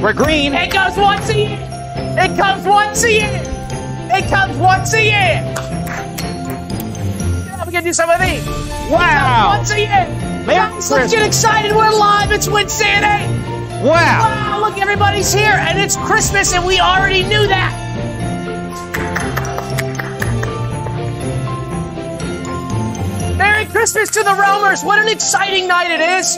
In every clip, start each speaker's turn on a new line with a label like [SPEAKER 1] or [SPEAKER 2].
[SPEAKER 1] We're green.
[SPEAKER 2] It comes once a year. It comes once a year. It comes once a year. I'm gonna do some of these.
[SPEAKER 1] Wow.
[SPEAKER 2] Once a year.
[SPEAKER 1] Merry
[SPEAKER 2] Guys, let's get
[SPEAKER 1] Christmas.
[SPEAKER 2] excited. We're live. It's Wednesday.
[SPEAKER 1] Wow.
[SPEAKER 2] Wow, look, everybody's here, and it's Christmas, and we already knew that. Merry Christmas to the Roamers. What an exciting night it is.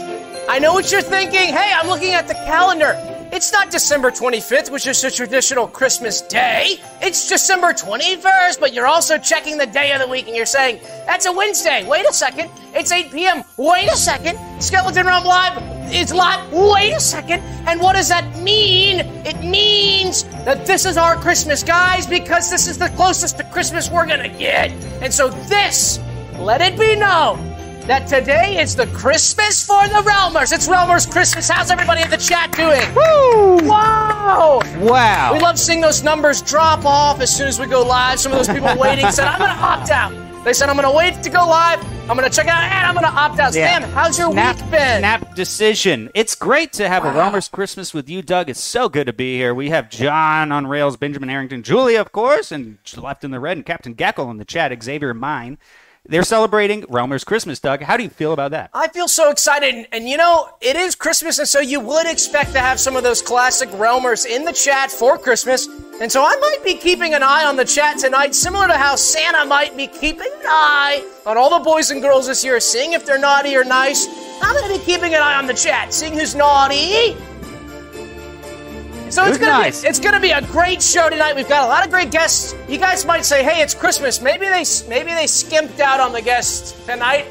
[SPEAKER 2] I know what you're thinking. Hey, I'm looking at the calendar. It's not December 25th, which is a traditional Christmas day. It's December 21st, but you're also checking the day of the week and you're saying, that's a Wednesday. Wait a second. It's 8 p.m. Wait a second. Skeleton Realm Live is live. Wait a second. And what does that mean? It means that this is our Christmas, guys, because this is the closest to Christmas we're going to get. And so this let it be known that today is the Christmas for the Realmers. It's Realmers Christmas. How's everybody in the chat doing?
[SPEAKER 1] Woo.
[SPEAKER 2] Wow!
[SPEAKER 1] Wow.
[SPEAKER 2] We love seeing those numbers drop off as soon as we go live. Some of those people waiting said, I'm going to opt out. They said, I'm going to wait to go live. I'm going to check out and I'm going to opt out.
[SPEAKER 1] Yeah.
[SPEAKER 2] Sam, how's your
[SPEAKER 1] Snap,
[SPEAKER 2] week been?
[SPEAKER 1] snap decision. It's great to have a Realmer's Christmas with you, Doug. It's so good to be here. We have John on rails, Benjamin Harrington, Julia, of course, and left in the red, and Captain Gackle in the chat, Xavier and mine. They're celebrating Realmer's Christmas, Doug. How do you feel about that?
[SPEAKER 2] I feel so excited. And, and you know, it is Christmas, and so you would expect to have some of those classic Realmers in the chat for Christmas. And so I might be keeping an eye on the chat tonight, similar to how Santa might be keeping an eye on all the boys and girls this year, seeing if they're naughty or nice. I'm going to be keeping an eye on the chat, seeing who's naughty. So
[SPEAKER 1] Who's
[SPEAKER 2] it's gonna
[SPEAKER 1] nice?
[SPEAKER 2] be it's gonna be a great show tonight. We've got a lot of great guests. You guys might say, "Hey, it's Christmas." Maybe they maybe they skimped out on the guests tonight.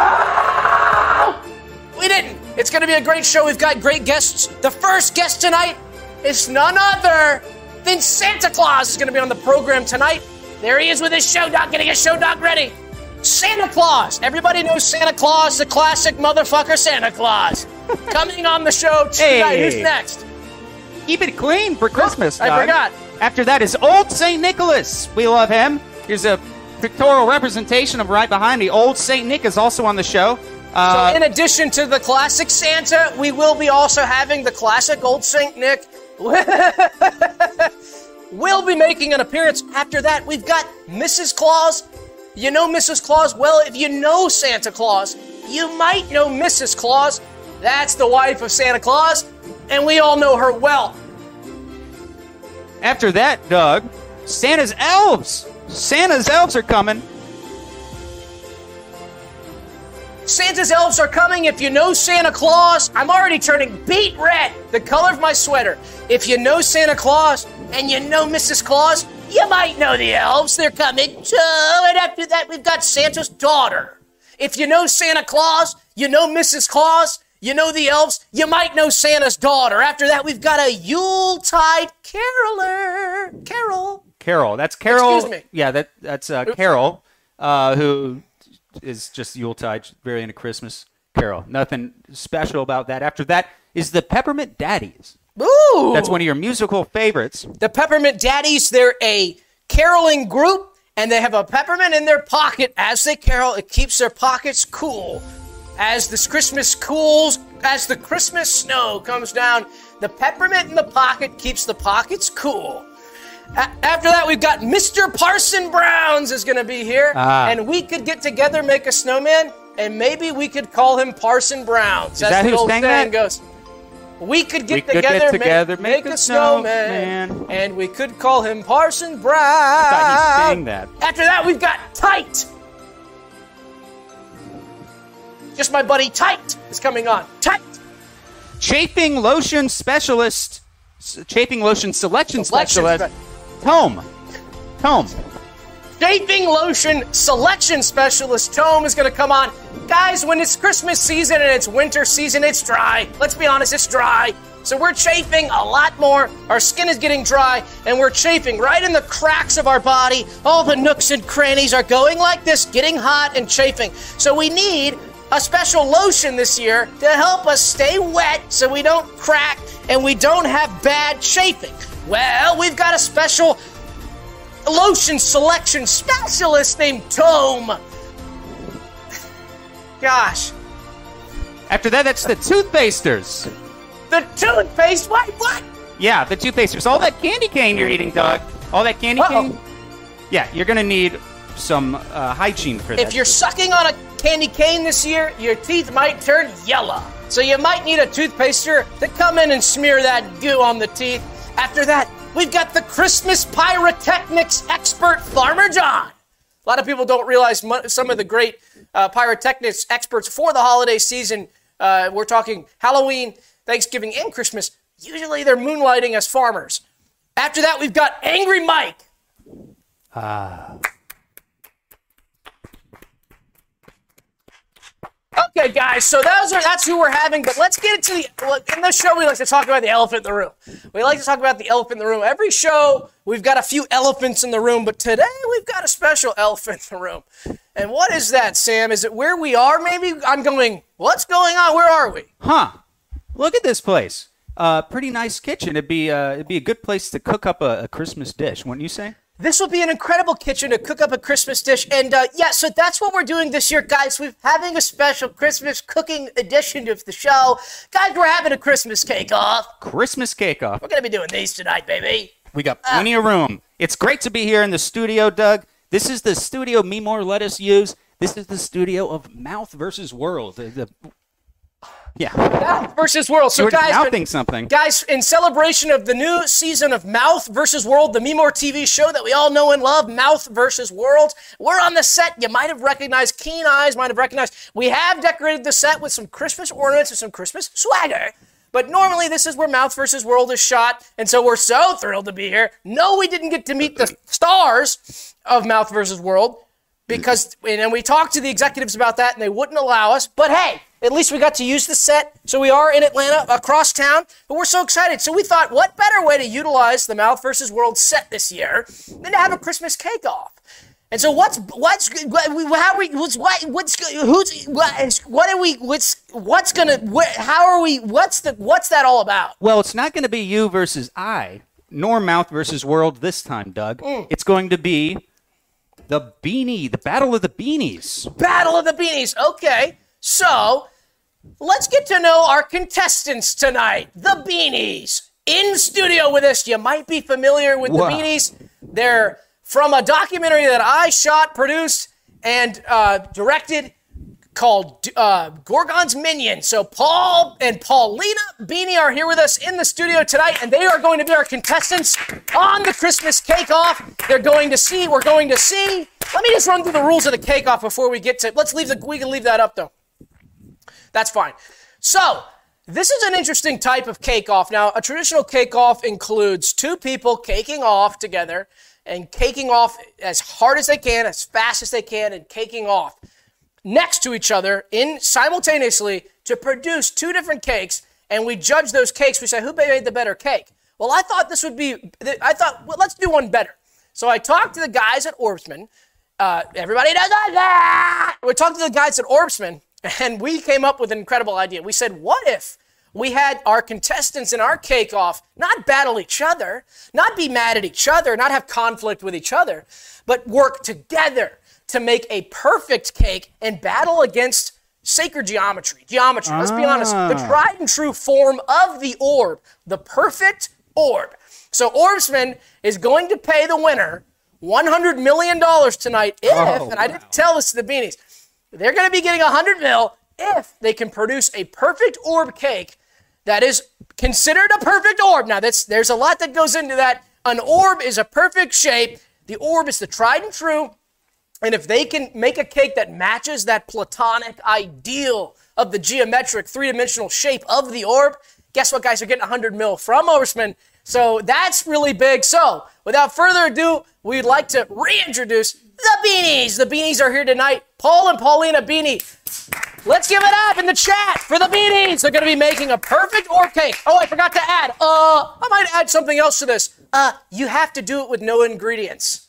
[SPEAKER 2] No! We didn't. It's going to be a great show. We've got great guests. The first guest tonight is none other than Santa Claus is going to be on the program tonight. There he is with his show dog, getting his show dog ready. Santa Claus. Everybody knows Santa Claus, the classic motherfucker Santa Claus. Coming on the show tonight.
[SPEAKER 1] Hey.
[SPEAKER 2] Who's next?
[SPEAKER 1] Keep it clean for Christmas.
[SPEAKER 2] I
[SPEAKER 1] Doug.
[SPEAKER 2] forgot.
[SPEAKER 1] After that is Old St. Nicholas. We love him. Here's a pictorial representation of right behind me. Old St. Nick is also on the show. Uh,
[SPEAKER 2] So, in addition to the classic Santa, we will be also having the classic Old Saint Nick. will be making an appearance. After that, we've got Mrs. Claus. You know Mrs. Claus? Well, if you know Santa Claus, you might know Mrs. Claus. That's the wife of Santa Claus, and we all know her well.
[SPEAKER 1] after that, Doug, Santa's elves. Santa's elves are coming.
[SPEAKER 2] Santa's elves are coming. If you know Santa Claus, I'm already turning beet red, the color of my sweater. If you know Santa Claus and you know Mrs. Claus, you might know the elves. They're coming too. And after that, we've got Santa's daughter. If you know Santa Claus, you know Mrs. Claus, you know the elves, you might know Santa's daughter. After that, we've got a Yuletide caroler. Carol.
[SPEAKER 1] Carol. That's Carol.
[SPEAKER 2] Excuse me.
[SPEAKER 1] Yeah, that that's uh, Carol, uh, who is just Yuletide, very into Christmas. Carol. Nothing special about that. After that is the Peppermint Daddies.
[SPEAKER 2] Ooh.
[SPEAKER 1] That's one of your musical favorites.
[SPEAKER 2] The Peppermint Daddies, they're a caroling group, and they have a peppermint in their pocket as they carol. It keeps their pockets cool. As this Christmas cools, as the Christmas snow comes down, the peppermint in the pocket keeps the pockets cool. A- after that, we've got Mr. Parson Browns is going to be here,
[SPEAKER 1] Ah.
[SPEAKER 2] and we could get together, make a snowman, and maybe we could call him Parson Browns. That's
[SPEAKER 1] that
[SPEAKER 2] the
[SPEAKER 1] who
[SPEAKER 2] old
[SPEAKER 1] sang that?
[SPEAKER 2] saying goes. We could get
[SPEAKER 1] We could get
[SPEAKER 2] together, make-
[SPEAKER 1] together,
[SPEAKER 2] make, a snowman,
[SPEAKER 1] snowman.
[SPEAKER 2] and we could call him Parson Brown. Ah!
[SPEAKER 1] thought he sang that.
[SPEAKER 2] After that, we've got Tight. Just my buddy Tight is coming on. Tight.
[SPEAKER 1] Chafing lotion specialist. s- Chafing lotion selection
[SPEAKER 2] Selection
[SPEAKER 1] specialist. Tome. Tome.
[SPEAKER 2] Shaping lotion selection specialist Tome is going to come on. Guys, when it's Christmas season and it's winter season, it's dry. Let's be honest, it's dry. So we're chafing a lot more. Our skin is getting dry, and we're chafing right in the cracks of our body. All the nooks and crannies are going like this, getting hot and chafing. So we need a special lotion this year to help us stay wet so we don't crack and we don't have bad chafing. Well, we've got a special lotion selection specialist named Tome. Gosh.
[SPEAKER 1] After that, that's the toothpasters.
[SPEAKER 2] The toothpaste? What? What?
[SPEAKER 1] Yeah, the toothpaste. It's all that candy cane you're eating, Doug. All that candy
[SPEAKER 2] Uh-oh.
[SPEAKER 1] cane. Yeah, you're gonna need some uh, hygiene for that.
[SPEAKER 2] If you're sucking on a candy cane this year, your teeth might turn yellow. So you might need a toothpaster to come in and smear that goo on the teeth. After that, we've got the Christmas pyrotechnics expert, Farmer John. A lot of people don't realize mu- some of the great uh, pyrotechnics experts for the holiday season. Uh, we're talking Halloween, Thanksgiving, and Christmas. Usually they're moonlighting as farmers. After that, we've got Angry Mike. Okay, guys. So those are that's who we're having. But let's get into the well, in this show. We like to talk about the elephant in the room. We like to talk about the elephant in the room. Every show we've got a few elephants in the room, but today we've got a special elephant in the room. And what is that, Sam? Is it where we are? Maybe I'm going. What's going on? Where are we?
[SPEAKER 1] huh? Look at this place. Uh, pretty nice kitchen. It'd be uh, it'd be a good place to cook up a, a Christmas dish, wouldn't you say?
[SPEAKER 2] This will be an incredible kitchen to cook up a Christmas dish. And uh, yeah, so that's what we're doing this year, guys. We're having a special Christmas cooking edition of the show. Guys, we're having a Christmas cake off.
[SPEAKER 1] Christmas cake off.
[SPEAKER 2] We're going to be doing these tonight, baby.
[SPEAKER 1] We got
[SPEAKER 2] Uh.
[SPEAKER 1] plenty of room. It's great to be here in the studio, Doug. This is the studio Me More Let Us Use. This is the studio of Mouth versus World. The, the- yeah,
[SPEAKER 2] Mouth versus World. So,
[SPEAKER 1] we're just
[SPEAKER 2] guys,
[SPEAKER 1] mouthing something.
[SPEAKER 2] guys, in celebration of the new season of Mouth versus World, the Memore TV show that we all know and love, Mouth versus World, we're on the set. You might have recognized, keen eyes might have recognized. We have decorated the set with some Christmas ornaments and some Christmas swagger. But normally, this is where Mouth versus World is shot, and so we're so thrilled to be here. No, we didn't get to meet the stars of Mouth versus World, because and then we talked to the executives about that and they wouldn't allow us but hey at least we got to use the set so we are in atlanta across town but we're so excited so we thought what better way to utilize the mouth versus world set this year than to have a christmas cake off and so what's what's how we what's what what's who's what, is- what are we what's what's gonna what, how are we what's the what's that all about
[SPEAKER 1] Well, it's not going to be you versus I, nor Mouth versus World this time, Doug.
[SPEAKER 2] Mm.
[SPEAKER 1] It's going to be the beanie, the battle of the beanies.
[SPEAKER 2] Battle of the Beanies. Okay, so let's get to know our contestants tonight, the Beanies. In studio with us, you might be familiar with
[SPEAKER 1] Wow.
[SPEAKER 2] the Beanies. They're from a documentary that I shot, produced, and uh, directed called uh, Gorgon's Minion. So Paul and Paulina Beanie are here with us in the studio tonight, and they are going to be our contestants on the Christmas Cake Off. They're going to see. We're going to see. Let me just run through the rules of the cake off before we get to. Let's leave the. We can leave that up though. That's fine. So, this is an interesting type of cake off. Now, a traditional cake off includes two people caking off together and caking off as hard as they can, as fast as they can, and caking off next to each other in simultaneously to produce two different cakes. And we judge those cakes. We say, who made the better cake? Well, I thought this would be, I thought, well, let's do one better. So I talked to the guys at Orbsman uh, everybody does that. We talked to the guys at Orbsman, and we came up with an incredible idea. We said, what if we had our contestants in our cake off not battle each other, not be mad at each other, not have conflict with each other, but work together to make a perfect cake and battle against sacred geometry. Geometry, let's be honest. The
[SPEAKER 1] Ah.
[SPEAKER 2] tried and true form of the orb, the perfect orb. So Orbsman is going to pay the winner $100 million tonight if,
[SPEAKER 1] Oh,
[SPEAKER 2] and I didn't tell this to the beanies, they're going to be getting 100 mil if they can produce a perfect orb cake that is considered a perfect orb. Now, that's, there's a lot that goes into that. An orb is a perfect shape. The orb is the tried and true. And if they can make a cake that matches that platonic ideal of the geometric three dimensional shape of the orb, guess what, guys? They're getting 100 mil from Oversman. So that's really big. So without further ado, we'd like to reintroduce the Beanies. The Beanies are here tonight. Paul and Paulina Beanie. Let's give it up in the chat for the Beanies. They're going to be making a perfect orb cake. Oh, I forgot to add. Uh, I might add something else to this. Uh, you have to do it with no ingredients.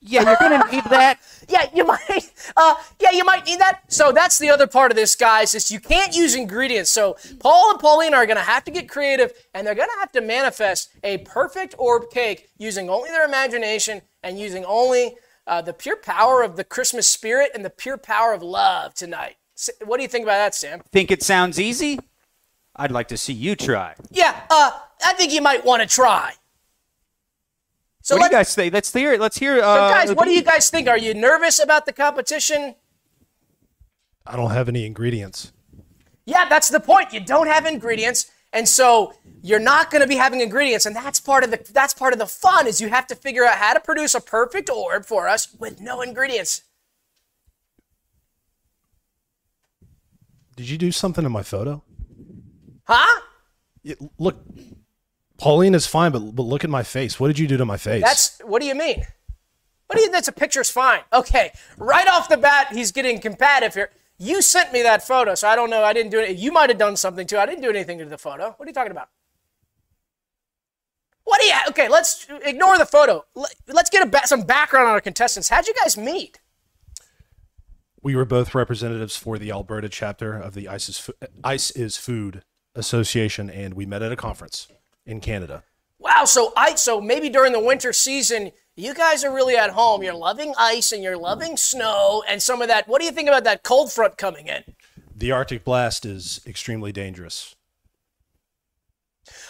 [SPEAKER 1] Yeah, you're going to need that.
[SPEAKER 2] Yeah, you might. Uh, yeah, you might need that. So that's the other part of this, guys. Is you can't use ingredients. So Paul and Paulina are gonna have to get creative, and they're gonna have to manifest a perfect orb cake using only their imagination and using only uh, the pure power of the Christmas spirit and the pure power of love tonight. S- What do you think about that, Sam?
[SPEAKER 1] Think it sounds easy? I'd like to see you try.
[SPEAKER 2] Yeah, uh, I think you might want to try. So
[SPEAKER 1] what do you
[SPEAKER 2] let's-
[SPEAKER 1] guys think? Let's hear it. Let's hear.
[SPEAKER 2] so
[SPEAKER 1] Uh,
[SPEAKER 2] guys, what do you guys think? Are you nervous about the competition?
[SPEAKER 3] I don't have any ingredients.
[SPEAKER 2] Yeah, that's the point. You don't have ingredients, and so you're not going to be having ingredients, and that's part of the that's part of the fun is you have to figure out how to produce a perfect orb for us with no ingredients.
[SPEAKER 3] Did you do something in my photo?
[SPEAKER 2] Huh?
[SPEAKER 3] It, look, Pauline is fine, but but look at my face. What did you do to my face?
[SPEAKER 2] That's what do you mean? What do you that's a picture's fine. Okay. Right off the bat, he's getting combative here. You sent me that photo, so I don't know. I didn't do it. You might have done something too. I didn't do anything to the photo. What are you talking about? What do you okay, let's ignore the photo. Let- Let's get a ba- some background on our contestants. How'd you guys meet?
[SPEAKER 3] we were both representatives for the Alberta chapter of the Ice is, Fu- Ice is Food Association, and we met at a conference in Canada.
[SPEAKER 2] Wow, so I so maybe during the winter season, you guys are really at home. You're loving ice and you're loving snow and some of that. What do you think about that cold front coming in?
[SPEAKER 3] The Arctic blast is extremely dangerous.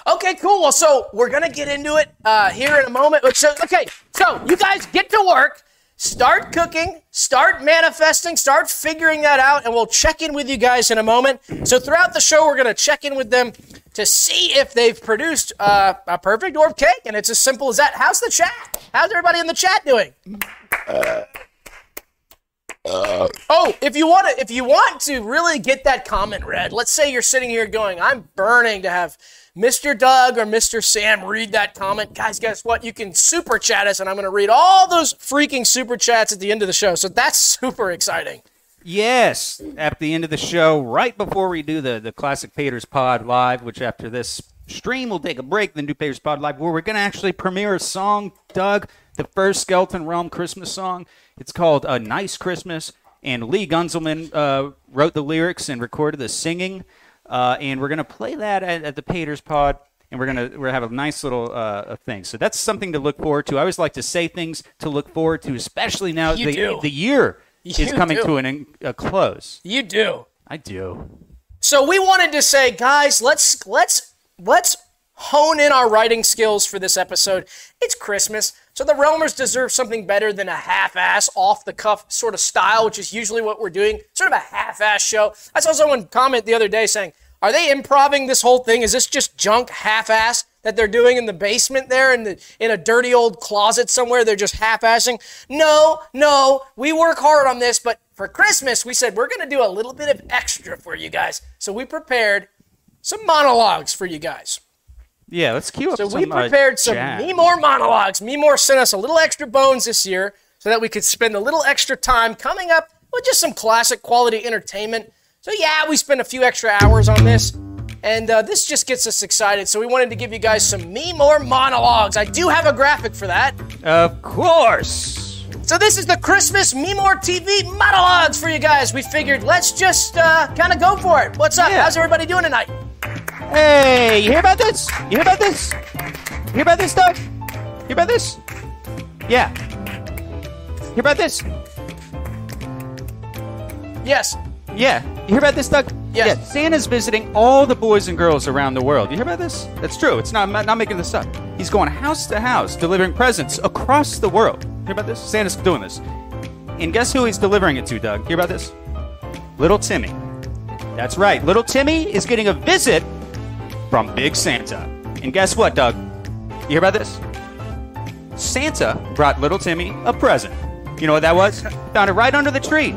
[SPEAKER 2] Okay, cool. Well, so we're gonna get into it uh, here in a moment. So, okay, so you guys get to work, start cooking, start manifesting, start figuring that out, and we'll check in with you guys in a moment. So throughout the show, we're gonna check in with them to see if they've produced uh, a perfect orb cake, and it's as simple as that. How's the chat? How's everybody in the chat doing? Oh, if you want to, if you want to really get that comment read, let's say you're sitting here going, "I'm burning to have Mr. Doug or Mr. Sam read that comment." Guys, guess what? You can super chat us, and I'm going to read all those freaking super chats at the end of the show. So that's super exciting.
[SPEAKER 1] Yes, at the end of the show, right before we do the the classic Peters Pod live, which after this stream we'll take a break, then do Peters Pod live, where we're gonna actually premiere a song, Doug, the first Skeleton Realm Christmas song. It's called "A Nice Christmas," and Lee Gunzelman uh, wrote the lyrics and recorded the singing, uh, and we're gonna play that at, at the Peters Pod. And we're gonna we're gonna have a nice little uh, thing, so that's something to look forward to. I always like to say things to look forward to, especially now
[SPEAKER 2] You
[SPEAKER 1] the
[SPEAKER 2] do.
[SPEAKER 1] the year is
[SPEAKER 2] You
[SPEAKER 1] coming
[SPEAKER 2] do.
[SPEAKER 1] to an, a close.
[SPEAKER 2] You do.
[SPEAKER 1] I do.
[SPEAKER 2] So we wanted to say, guys, let's let's let's hone in our writing skills for this episode. It's Christmas, so the Realmers deserve something better than a half-ass, off-the-cuff sort of style, which is usually what we're doing. Sort of a half-ass show. I saw someone comment the other day saying, "Are they improving this whole thing? Is this just junk half-ass?" That they're doing in the basement there in the in a dirty old closet somewhere, they're just half-assing. No, no, we work hard on this, but for Christmas, we said we're going to do a little bit of extra for you guys. So we prepared some monologues for you guys.
[SPEAKER 1] Yeah, let's cue up
[SPEAKER 2] So
[SPEAKER 1] some.
[SPEAKER 2] we prepared
[SPEAKER 1] uh,
[SPEAKER 2] some
[SPEAKER 1] jazz.
[SPEAKER 2] Me More monologues. Me More sent us a little extra bones this year so that we could spend a little extra time coming up with just some classic quality entertainment. So yeah, we spent a few extra hours on this. And uh, this just gets us excited. So we wanted to give you guys some Me More monologues. I do have a graphic for that.
[SPEAKER 1] Of course.
[SPEAKER 2] So this is the Christmas Memore TV monologues for you guys. We figured let's just uh, kind of go for it. What's up?
[SPEAKER 1] Yeah.
[SPEAKER 2] How's everybody doing tonight?
[SPEAKER 1] Hey, you hear about this? You hear about this? You hear about this, Doug? You hear about this? Yeah. You hear about this?
[SPEAKER 2] Yes.
[SPEAKER 1] Yeah. You hear about this, Doug?
[SPEAKER 2] Yes.
[SPEAKER 1] Yeah. Santa's visiting all the boys and girls around the world. You hear about this? That's true. It's not, I'm not making this up. He's going house to house delivering presents across the world. You hear about this? Santa's doing this. And guess who he's delivering it to, Doug? You hear about this? Little Timmy. That's right. Little Timmy is getting a visit from Big Santa. And guess what, Doug? You hear about this? Santa brought little Timmy a present. You know what that was? Found it right under the tree.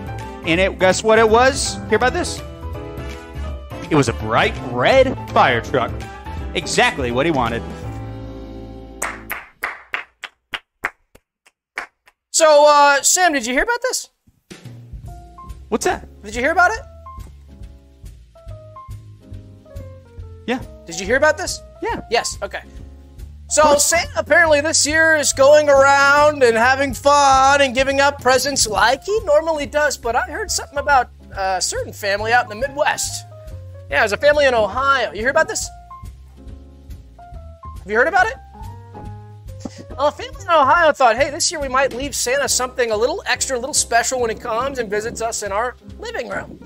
[SPEAKER 1] And it guess what it was? Hear about this? It was a bright red fire truck. Exactly what he wanted.
[SPEAKER 2] So uh, Sam, did you hear about this?
[SPEAKER 1] What's that?
[SPEAKER 2] Did you hear about it?
[SPEAKER 1] Yeah.
[SPEAKER 2] Did you hear about this?
[SPEAKER 1] Yeah.
[SPEAKER 2] Yes. Okay. So Santa apparently this year is going around and having fun and giving out presents like he normally does. But I heard something about uh, a certain family out in the Midwest. Yeah, there's a family in Ohio. You hear about this? Have you heard about it? Well, a family in Ohio thought, hey, this year we might leave Santa something a little extra, a little special when he comes and visits us in our living room.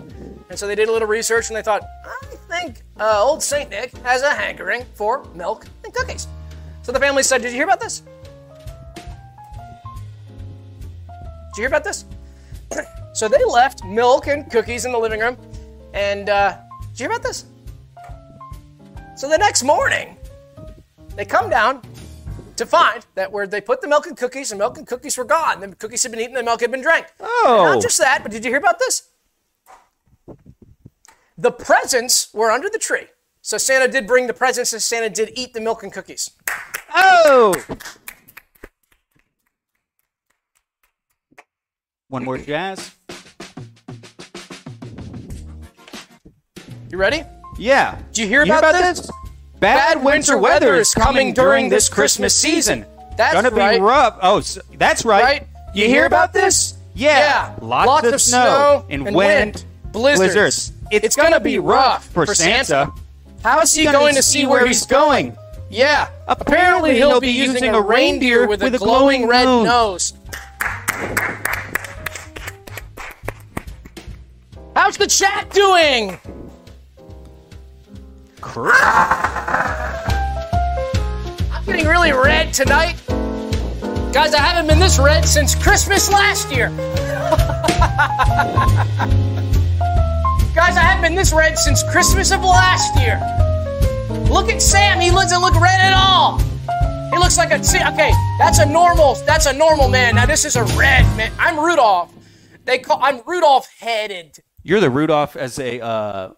[SPEAKER 2] And so they did a little research and they thought, I think uh, old St. Nick has a hankering for milk and cookies. So the family said, Did you hear about this? Did you hear about this? so they left milk and cookies in the living room. And uh, did you hear about this? So the next morning, they come down to find that where they put the milk and cookies, the milk and cookies were gone. The cookies had been eaten, the milk had been drank.
[SPEAKER 1] Oh.
[SPEAKER 2] Not just that, but did you hear about this? The presents were under the tree. So Santa did bring the presents and Santa did eat the milk and cookies.
[SPEAKER 1] Oh! One more jazz.
[SPEAKER 2] You ready?
[SPEAKER 1] Yeah.
[SPEAKER 2] Did you hear
[SPEAKER 1] You hear
[SPEAKER 2] about,
[SPEAKER 1] about
[SPEAKER 2] this?
[SPEAKER 1] this? Bad, winter weather is coming during this Christmas season.
[SPEAKER 2] That's
[SPEAKER 1] Gonna
[SPEAKER 2] right.
[SPEAKER 1] be rough. Oh, s that's right.
[SPEAKER 2] Right?
[SPEAKER 1] You hear about this? Yeah. Lots, of, snow and wind,
[SPEAKER 2] blizzards.
[SPEAKER 1] It's, gonna, be rough for Santa.
[SPEAKER 2] How is he
[SPEAKER 1] Gonna
[SPEAKER 2] going to see where he's
[SPEAKER 1] going?
[SPEAKER 2] Yeah.
[SPEAKER 1] Apparently he'll be using a reindeer with a glowing
[SPEAKER 2] red
[SPEAKER 1] moon.
[SPEAKER 2] nose. How's the chat doing? I'm getting really red tonight. Guys, I haven't been this red since Christmas last year. Guys, I haven't been this red since Christmas of last year. Look at Sam. He doesn't look red at all. He looks like a see. Okay, that's a normal. That's a normal man. Now this is a red man. I'm Rudolph. They call. I'm Rudolph headed.
[SPEAKER 1] You're the Rudolph as a uh,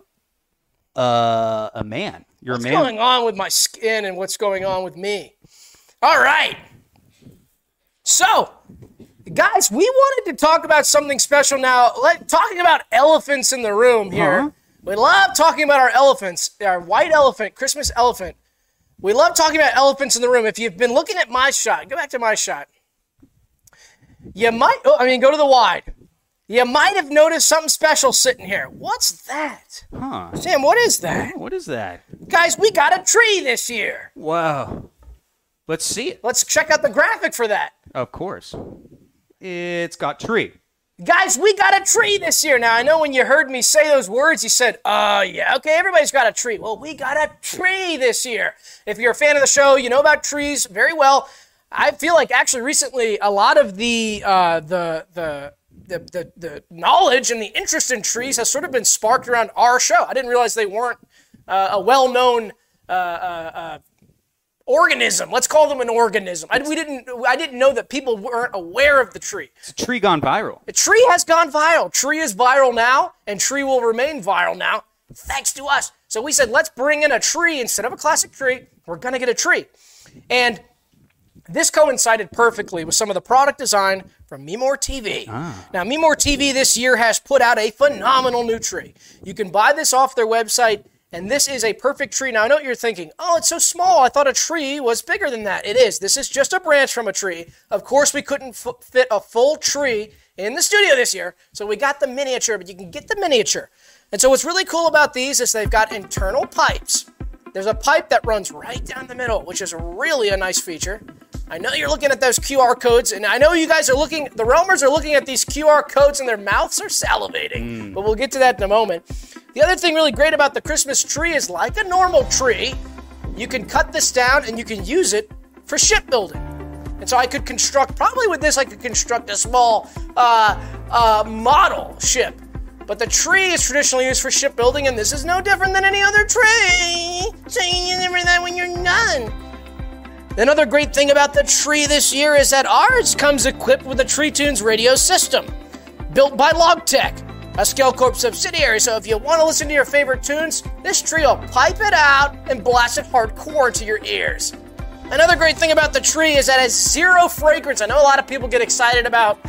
[SPEAKER 1] uh, a man. You're
[SPEAKER 2] What's
[SPEAKER 1] a man.
[SPEAKER 2] going on with my skin and what's going on with me? All right. So, guys, we wanted to talk about something special now. Let, talking about elephants in the room here.
[SPEAKER 1] Uh-huh.
[SPEAKER 2] We love talking about our elephants, our white elephant, Christmas elephant. We love talking about elephants in the room. If you've been looking at my shot, go back to my shot. You might, oh, I mean, go to the wide. You might have noticed something special sitting here. What's that?
[SPEAKER 1] Huh.
[SPEAKER 2] Sam, what is that?
[SPEAKER 1] What is that?
[SPEAKER 2] Guys, we got a tree this year.
[SPEAKER 1] Wow. Let's see it.
[SPEAKER 2] Let's check out the graphic for that.
[SPEAKER 1] Of course. It's got tree.
[SPEAKER 2] Guys, we got a tree this year. Now, I know when you heard me say those words, you said, uh, yeah, okay, everybody's got a tree. Well, we got a tree this year. If you're a fan of the show, you know about trees very well. I feel like actually recently a lot of the uh, the the the, the, the knowledge and the interest in trees has sort of been sparked around our show. I didn't realize they weren't uh, a well-known uh, organism. Let's call them an organism. I, we didn't. I didn't know that people weren't aware of the tree.
[SPEAKER 1] It's a tree gone viral.
[SPEAKER 2] The tree has gone viral. Tree is viral now, and tree will remain viral now, thanks to us. So we said, let's bring in a tree instead of a classic tree. We're gonna get a tree, and this coincided perfectly with some of the product design from Memore TV. Now, Memore TV this year has put out a phenomenal new tree. You can buy this off their website, and this is a perfect tree. Now, I know what you're thinking. Oh, it's so small. I thought a tree was bigger than that. It is. This is just a branch from a tree. Of course, we couldn't f- fit a full tree in the studio this year, so we got the miniature, but you can get the miniature. And so, what's really cool about these is they've got internal pipes. There's a pipe that runs right down the middle, which is really a nice feature. I know you're looking at those QR codes, and I know you guys are looking, the Realmers are looking at these QR codes and their mouths are salivating, but we'll get to that in a moment. The other thing really great about the Christmas tree is like a normal tree, you can cut this down and you can use it for shipbuilding. And so I could construct, probably with this, I could construct a small uh, uh, model ship. But the tree is traditionally used for shipbuilding, and this is no different than any other tree. So you remember that when you're done. Another great thing about the tree this year is that ours comes equipped with a Tree Tunes radio system built by Logtech, a Scalecorp subsidiary. So if you want to listen to your favorite tunes, this tree will pipe it out and blast it hardcore to your ears. Another great thing about the tree is that it has zero fragrance. I know a lot of people get excited about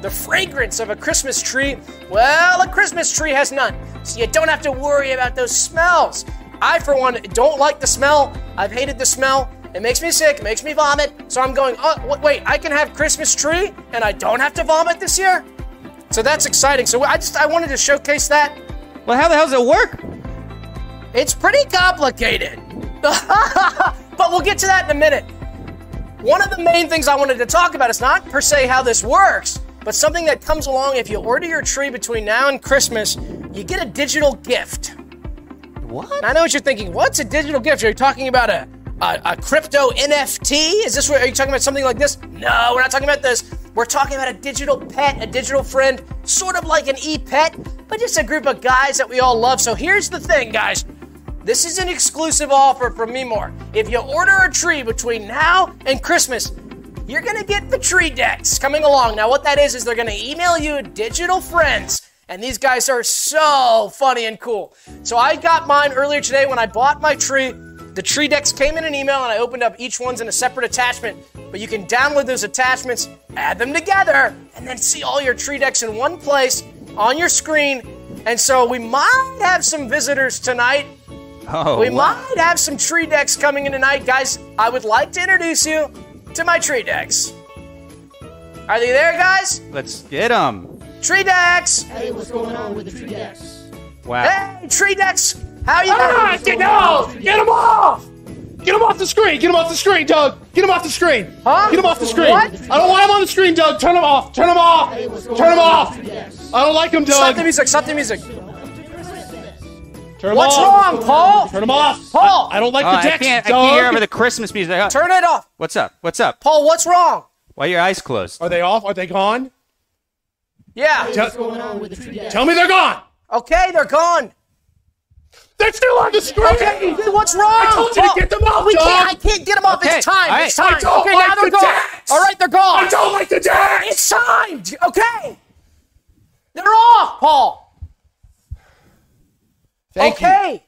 [SPEAKER 2] the fragrance of a Christmas tree. Well, a Christmas tree has none, so you don't have to worry about those smells. I, for one, don't like the smell. I've hated the smell. It makes me sick. It makes me vomit. So I'm going. Oh, w- wait! I can have Christmas tree, and I don't have to vomit this year. So that's exciting. So I just I wanted to showcase that.
[SPEAKER 1] Well, how the hell does it work?
[SPEAKER 2] It's pretty complicated. but we'll get to that in a minute. One of the main things I wanted to talk about is not per se how this works, but something that comes along if you order your tree between now and Christmas, you get a digital gift.
[SPEAKER 1] What?
[SPEAKER 2] I know what you're thinking. What's a digital gift? Are you talking about a, a, a crypto NFT? Is this what, are you talking about something like this? No, we're not talking about this. We're talking about a digital pet, a digital friend, sort of like an e-pet, but just a group of guys that we all love. So here's the thing, guys. This is an exclusive offer from MeMore. If you order a tree between now and Christmas, you're gonna get the tree decks coming along. Now, what that is is they're gonna email you digital friends, and these guys are so funny and cool. So I got mine earlier today when I bought my tree. The tree decks came in an email, and I opened up each one's in a separate attachment. But you can download those attachments, add them together, and then see all your tree decks in one place on your screen. And so we might have some visitors tonight.
[SPEAKER 1] Oh,
[SPEAKER 2] We
[SPEAKER 1] wow.
[SPEAKER 2] might have some tree decks coming in tonight, guys. I would like to introduce you to my tree decks. Are they there, guys?
[SPEAKER 1] let's get them.
[SPEAKER 2] Tree decks.
[SPEAKER 4] Hey, what's going on with the tree decks?
[SPEAKER 1] Wow.
[SPEAKER 2] Hey, tree decks. How you
[SPEAKER 5] Ah,
[SPEAKER 2] guys?
[SPEAKER 5] get, no! Get him off! Get him off the screen! Get him off the screen, Doug! Get him off the screen!
[SPEAKER 2] Huh?
[SPEAKER 5] Get him off the screen!
[SPEAKER 2] What?
[SPEAKER 5] I don't want him on the screen, Doug! Turn him off! Turn him off!
[SPEAKER 4] Hey, what's going
[SPEAKER 5] Turn him
[SPEAKER 4] on
[SPEAKER 5] off!
[SPEAKER 4] with the tree decks?
[SPEAKER 5] I don't like him,
[SPEAKER 2] Stop the
[SPEAKER 5] Doug!
[SPEAKER 2] music. Stop the music.
[SPEAKER 5] Turn him
[SPEAKER 2] What's
[SPEAKER 5] off!
[SPEAKER 2] wrong, Paul?
[SPEAKER 5] Turn him off!
[SPEAKER 2] Paul!
[SPEAKER 5] I, I don't like
[SPEAKER 1] Oh,
[SPEAKER 5] the
[SPEAKER 1] I
[SPEAKER 5] text,
[SPEAKER 1] can't, I
[SPEAKER 5] Doug!
[SPEAKER 1] can't hear over the Christmas music. Oh,
[SPEAKER 2] Turn it off.
[SPEAKER 1] What's up? What's up?
[SPEAKER 2] Paul, what's wrong?
[SPEAKER 1] Why are your eyes closed?
[SPEAKER 5] Are they off? Are they gone?
[SPEAKER 2] Yeah.
[SPEAKER 4] What's going on with the tree decks?
[SPEAKER 5] Tell me they're gone!
[SPEAKER 2] Okay, they're gone.
[SPEAKER 5] They're still on the screen!
[SPEAKER 2] Okay, what's wrong?
[SPEAKER 5] I told you to
[SPEAKER 2] Paul?
[SPEAKER 5] get them off,
[SPEAKER 2] We can't.
[SPEAKER 5] Doug!
[SPEAKER 2] I can't get them off.
[SPEAKER 1] Okay,
[SPEAKER 2] It's time.
[SPEAKER 1] all right.
[SPEAKER 2] It's time.
[SPEAKER 5] I don't
[SPEAKER 2] okay, now
[SPEAKER 5] like
[SPEAKER 2] they're
[SPEAKER 5] the
[SPEAKER 2] gone.
[SPEAKER 5] decks.
[SPEAKER 2] All right, they're gone.
[SPEAKER 5] I don't like the text!
[SPEAKER 2] It's timed. Okay. They're off, Paul.
[SPEAKER 5] Thank you.
[SPEAKER 2] okay.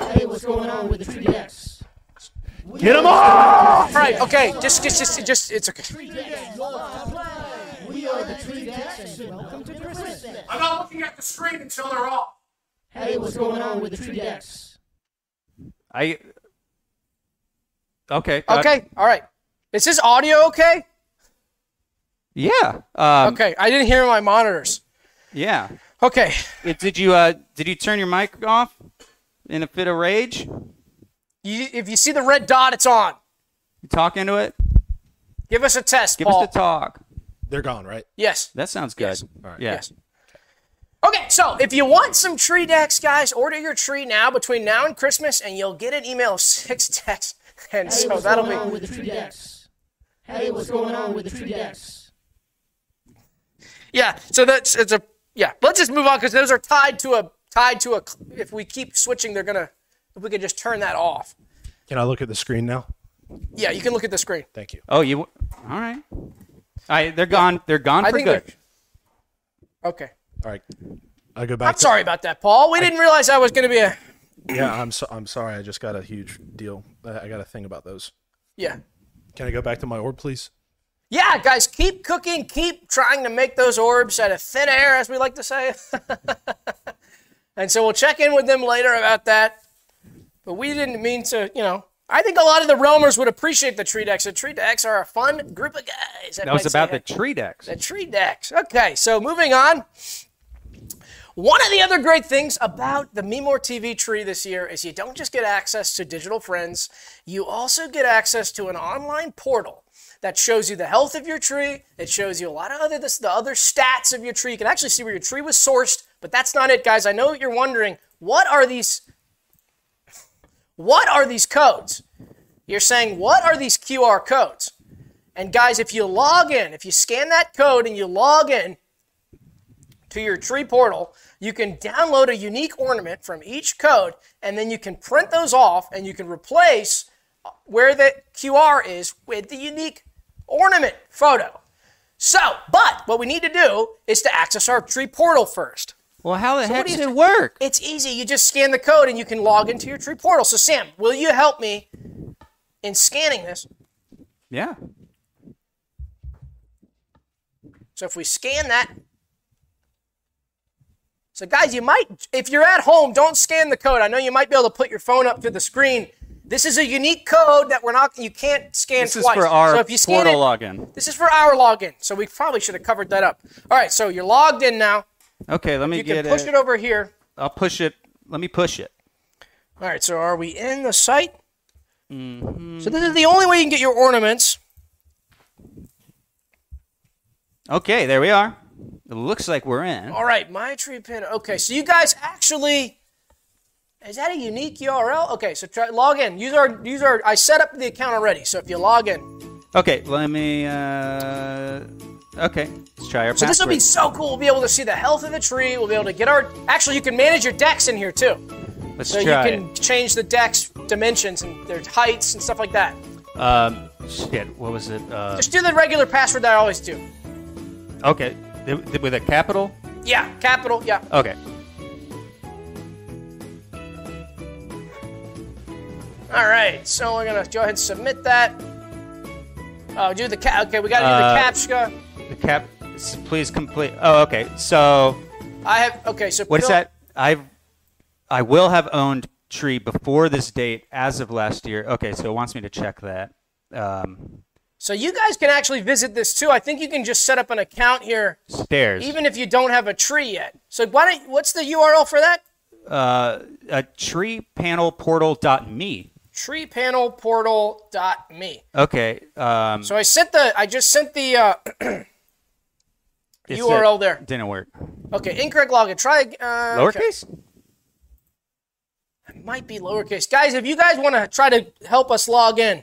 [SPEAKER 4] Hey, what's going on with the tree decks?
[SPEAKER 5] Get him off!
[SPEAKER 2] All right. Okay. Just, just, just, just. It's okay.
[SPEAKER 4] We are the tree decks, and welcome to Christmas.
[SPEAKER 5] I'm not looking at the screen until they're off!
[SPEAKER 4] Hey, what's going on with the tree decks?
[SPEAKER 1] I. Okay. uh,
[SPEAKER 2] Okay. All right. Is this audio okay?
[SPEAKER 1] yeah. Um,
[SPEAKER 2] Okay. I didn't hear my monitors.
[SPEAKER 1] Yeah.
[SPEAKER 2] Okay.
[SPEAKER 1] It- did you uh, did you turn your mic off in a fit of rage? You
[SPEAKER 2] You, if you see the red dot, it's on.
[SPEAKER 1] talk into it.
[SPEAKER 2] Give us a test,
[SPEAKER 1] Give
[SPEAKER 2] Paul.
[SPEAKER 1] us the talk.
[SPEAKER 3] They're gone, right?
[SPEAKER 2] Yes.
[SPEAKER 1] That sounds good.
[SPEAKER 2] Oh. Yes.
[SPEAKER 1] All right.
[SPEAKER 2] Yes. Okay, so if you want some tree decks, guys, order your tree now between now and Christmas, and you'll get an email of six decks. And
[SPEAKER 4] Hey,
[SPEAKER 2] so
[SPEAKER 4] what's
[SPEAKER 2] that'll
[SPEAKER 4] going on
[SPEAKER 2] be.
[SPEAKER 4] with the tree decks? Hey, what's going on with the tree decks?
[SPEAKER 2] Yeah. So that's it's a yeah. Let's just move on because those are tied to a tied to a. cl- If we keep switching, they're gonna. If we could just turn that off.
[SPEAKER 3] Can I look at the screen now?
[SPEAKER 2] Yeah, you can look at the screen.
[SPEAKER 3] Thank you.
[SPEAKER 1] Oh, you. All right. All right. They're gone. They're gone
[SPEAKER 2] I
[SPEAKER 1] for
[SPEAKER 2] think
[SPEAKER 1] good.
[SPEAKER 2] Okay.
[SPEAKER 3] All right. I go back.
[SPEAKER 2] I'm
[SPEAKER 3] to-
[SPEAKER 2] sorry about that, Paul. We didn't realize I was gonna be a.
[SPEAKER 3] Yeah, I'm so, I'm sorry. I just got a huge deal. I I got a thing about those.
[SPEAKER 2] Yeah.
[SPEAKER 3] Can I go back to my orb, please?
[SPEAKER 2] Yeah, guys, keep cooking, keep trying to make those orbs out of thin air, as we like to say. and so we'll check in with them later about that. But we didn't mean to, you know. I think a lot of the roamers would appreciate the tree decks. The tree decks are a fun group of guys.
[SPEAKER 1] That was about the tree decks.
[SPEAKER 2] The tree decks. Okay, so moving on. One of the other great things about the MeMore TV tree this year is you don't just get access to digital friends, you also get access to an online portal that shows you the health of your tree. It shows you a lot of other this, the other stats of your tree. You can actually see where your tree was sourced, but that's not it, guys. I know you're wondering what are these what are these codes? You're saying, what are these QR codes? And guys, if you log in, if you scan that code and you log in to your tree portal, you can download a unique ornament from each code, and then you can print those off and you can replace uh, where the QR is with the unique ornament photo. So, but what we need to do is to access our tree portal first.
[SPEAKER 1] Well, how the heck
[SPEAKER 2] do
[SPEAKER 1] did
[SPEAKER 2] you
[SPEAKER 1] it work?
[SPEAKER 2] It's easy. You just scan the code and you can log into your tree portal. So, Sam, will you help me in scanning this?
[SPEAKER 1] Yeah.
[SPEAKER 2] So if we scan that. So guys, you might, if you're at home, don't scan the code. I know you might be able to put your phone up to the screen. This is a unique code that we're not, you can't scan
[SPEAKER 1] This is
[SPEAKER 2] twice.
[SPEAKER 1] for our
[SPEAKER 2] so if you scan
[SPEAKER 1] portal
[SPEAKER 2] it,
[SPEAKER 1] login.
[SPEAKER 2] This is for our login. So we probably should have covered that up. All right, so you're logged in now.
[SPEAKER 1] Okay, let me
[SPEAKER 2] You
[SPEAKER 1] get
[SPEAKER 2] can push
[SPEAKER 1] it.
[SPEAKER 2] it over here.
[SPEAKER 1] I'll push it. Let me push it.
[SPEAKER 2] All right, so are we in the site?
[SPEAKER 1] Mm-hmm.
[SPEAKER 2] So this is the only way you can get your ornaments.
[SPEAKER 1] Okay, there we are. It looks like we're in.
[SPEAKER 2] All right, my tree pin. Okay, so you guys actually Is that a unique URL? Okay, so try log in. Use our use our. I set up the account already, so if you log in,
[SPEAKER 1] Okay, let me. Uh, okay, let's try our
[SPEAKER 2] so this will be
[SPEAKER 1] password.
[SPEAKER 2] so cool. We'll be able to see the health of the tree. We'll be able to get our. Actually, you can manage your decks in here too.
[SPEAKER 1] Let's
[SPEAKER 2] So
[SPEAKER 1] try
[SPEAKER 2] you can change the decks dimensions and their heights and stuff like that.
[SPEAKER 1] it. Um, shit, what was it? Uh,
[SPEAKER 2] Just do the regular password that I always do.
[SPEAKER 1] okay, th- th- with a capital.
[SPEAKER 2] Yeah, capital. Yeah.
[SPEAKER 1] Okay.
[SPEAKER 2] All right. So we're gonna go ahead and submit that. Oh, do the ca- okay. We gotta
[SPEAKER 1] Uh,
[SPEAKER 2] do the captcha.
[SPEAKER 1] The cap. s- Please complete. Oh, okay. So
[SPEAKER 2] I have okay. So
[SPEAKER 1] what is
[SPEAKER 2] fill-
[SPEAKER 1] that? I, I will have owned tree before this date as of last year. Okay, so it wants me to check that. Um,
[SPEAKER 2] So you guys can actually visit this too. I think you can just set up an account here,
[SPEAKER 1] stairs.
[SPEAKER 2] even if you don't have a tree yet. So why don't? What's the URL for that?
[SPEAKER 1] uh, a tree panel portal dot me.
[SPEAKER 2] Treepanelportal.me.
[SPEAKER 1] Okay. Um,
[SPEAKER 2] So I sent the. I just sent the. Uh,
[SPEAKER 1] it said-
[SPEAKER 2] URL there.
[SPEAKER 1] Didn't work.
[SPEAKER 2] okay, incorrect login. Try. ag- Uh, okay.
[SPEAKER 1] Lowercase.
[SPEAKER 2] It might be lowercase. Guys, if you guys want to try to help us log in,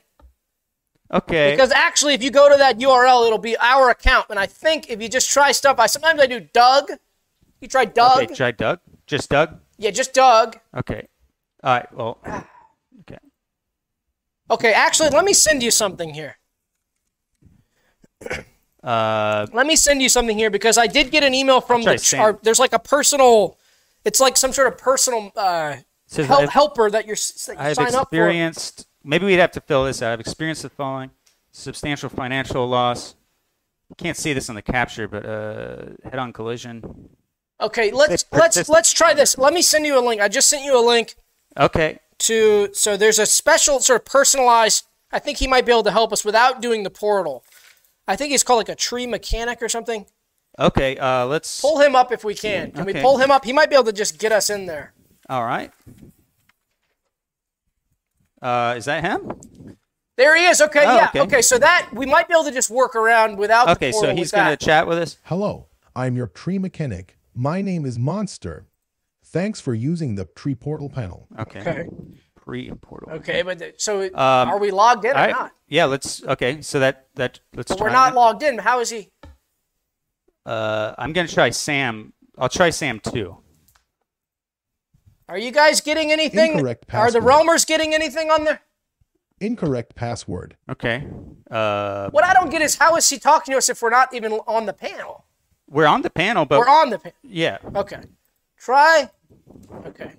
[SPEAKER 1] Okay.
[SPEAKER 2] because actually, if you go to that URL, it'll be our account. And I think if you just try stuff, I sometimes I do Doug. You try Doug.
[SPEAKER 1] okay. Try Doug. Just Doug.
[SPEAKER 2] yeah, just Doug.
[SPEAKER 1] Okay. All right. Well. Okay.
[SPEAKER 2] Okay, actually, let me send you something here.
[SPEAKER 1] Uh,
[SPEAKER 2] Let me send you something here because I did get an email from
[SPEAKER 1] Try
[SPEAKER 2] the, ch-
[SPEAKER 1] Sam.
[SPEAKER 2] our, there's like a personal, it's like some sort of personal uh,
[SPEAKER 1] says
[SPEAKER 2] hel-
[SPEAKER 1] I've-
[SPEAKER 2] helper that you're s- that you
[SPEAKER 1] I have
[SPEAKER 2] sign up
[SPEAKER 1] experienced. Maybe we'd have to fill this out. I've experienced the following: substantial financial loss. Can't see this on the capture, but uh, head-on collision.
[SPEAKER 2] for. Okay, let's
[SPEAKER 1] They
[SPEAKER 2] let's
[SPEAKER 1] persist-
[SPEAKER 2] let's try this. Let me send you a link. I just sent you a link
[SPEAKER 1] Okay.
[SPEAKER 2] to so there's a special sort of personalized. I think he might be able to help us without doing the portal. I think he's called like a tree mechanic or something.
[SPEAKER 1] Okay. Uh, let's.
[SPEAKER 2] Pull him up if we can. Can we
[SPEAKER 1] Okay.
[SPEAKER 2] pull him up? He might be able to just get us in there.
[SPEAKER 1] All right. Uh, is that him?
[SPEAKER 2] There he is. Okay,
[SPEAKER 1] Oh,
[SPEAKER 2] yeah. Okay.
[SPEAKER 1] okay.
[SPEAKER 2] so that we might be able to just work around without. the
[SPEAKER 1] Okay, so
[SPEAKER 2] portal
[SPEAKER 1] he's
[SPEAKER 2] with
[SPEAKER 1] gonna
[SPEAKER 2] that.
[SPEAKER 1] chat with us.
[SPEAKER 6] Hello, I'm your tree mechanic. My name is Monster. Thanks for using the tree portal panel.
[SPEAKER 1] Okay.
[SPEAKER 2] Okay.
[SPEAKER 1] Pre and portal.
[SPEAKER 2] Okay, but th- so it-
[SPEAKER 1] Um,
[SPEAKER 2] are we logged in or
[SPEAKER 1] All right.
[SPEAKER 2] not?
[SPEAKER 1] Yeah. Let's. Okay. So that that let's.
[SPEAKER 2] But we're
[SPEAKER 1] try
[SPEAKER 2] not
[SPEAKER 1] that.
[SPEAKER 2] logged in. How is he?
[SPEAKER 1] Uh, I'm gonna try Sam. I'll try Sam too.
[SPEAKER 2] Are you guys getting anything?
[SPEAKER 6] Incorrect
[SPEAKER 2] Are the
[SPEAKER 6] password.
[SPEAKER 2] roamers getting anything on there?
[SPEAKER 6] Incorrect password.
[SPEAKER 1] Okay. Uh,
[SPEAKER 2] What I don't get is how is he talking to us if we're not even on the panel?
[SPEAKER 1] we're on the panel, but
[SPEAKER 2] We're on the panel.
[SPEAKER 1] yeah.
[SPEAKER 2] Okay. Try. Okay.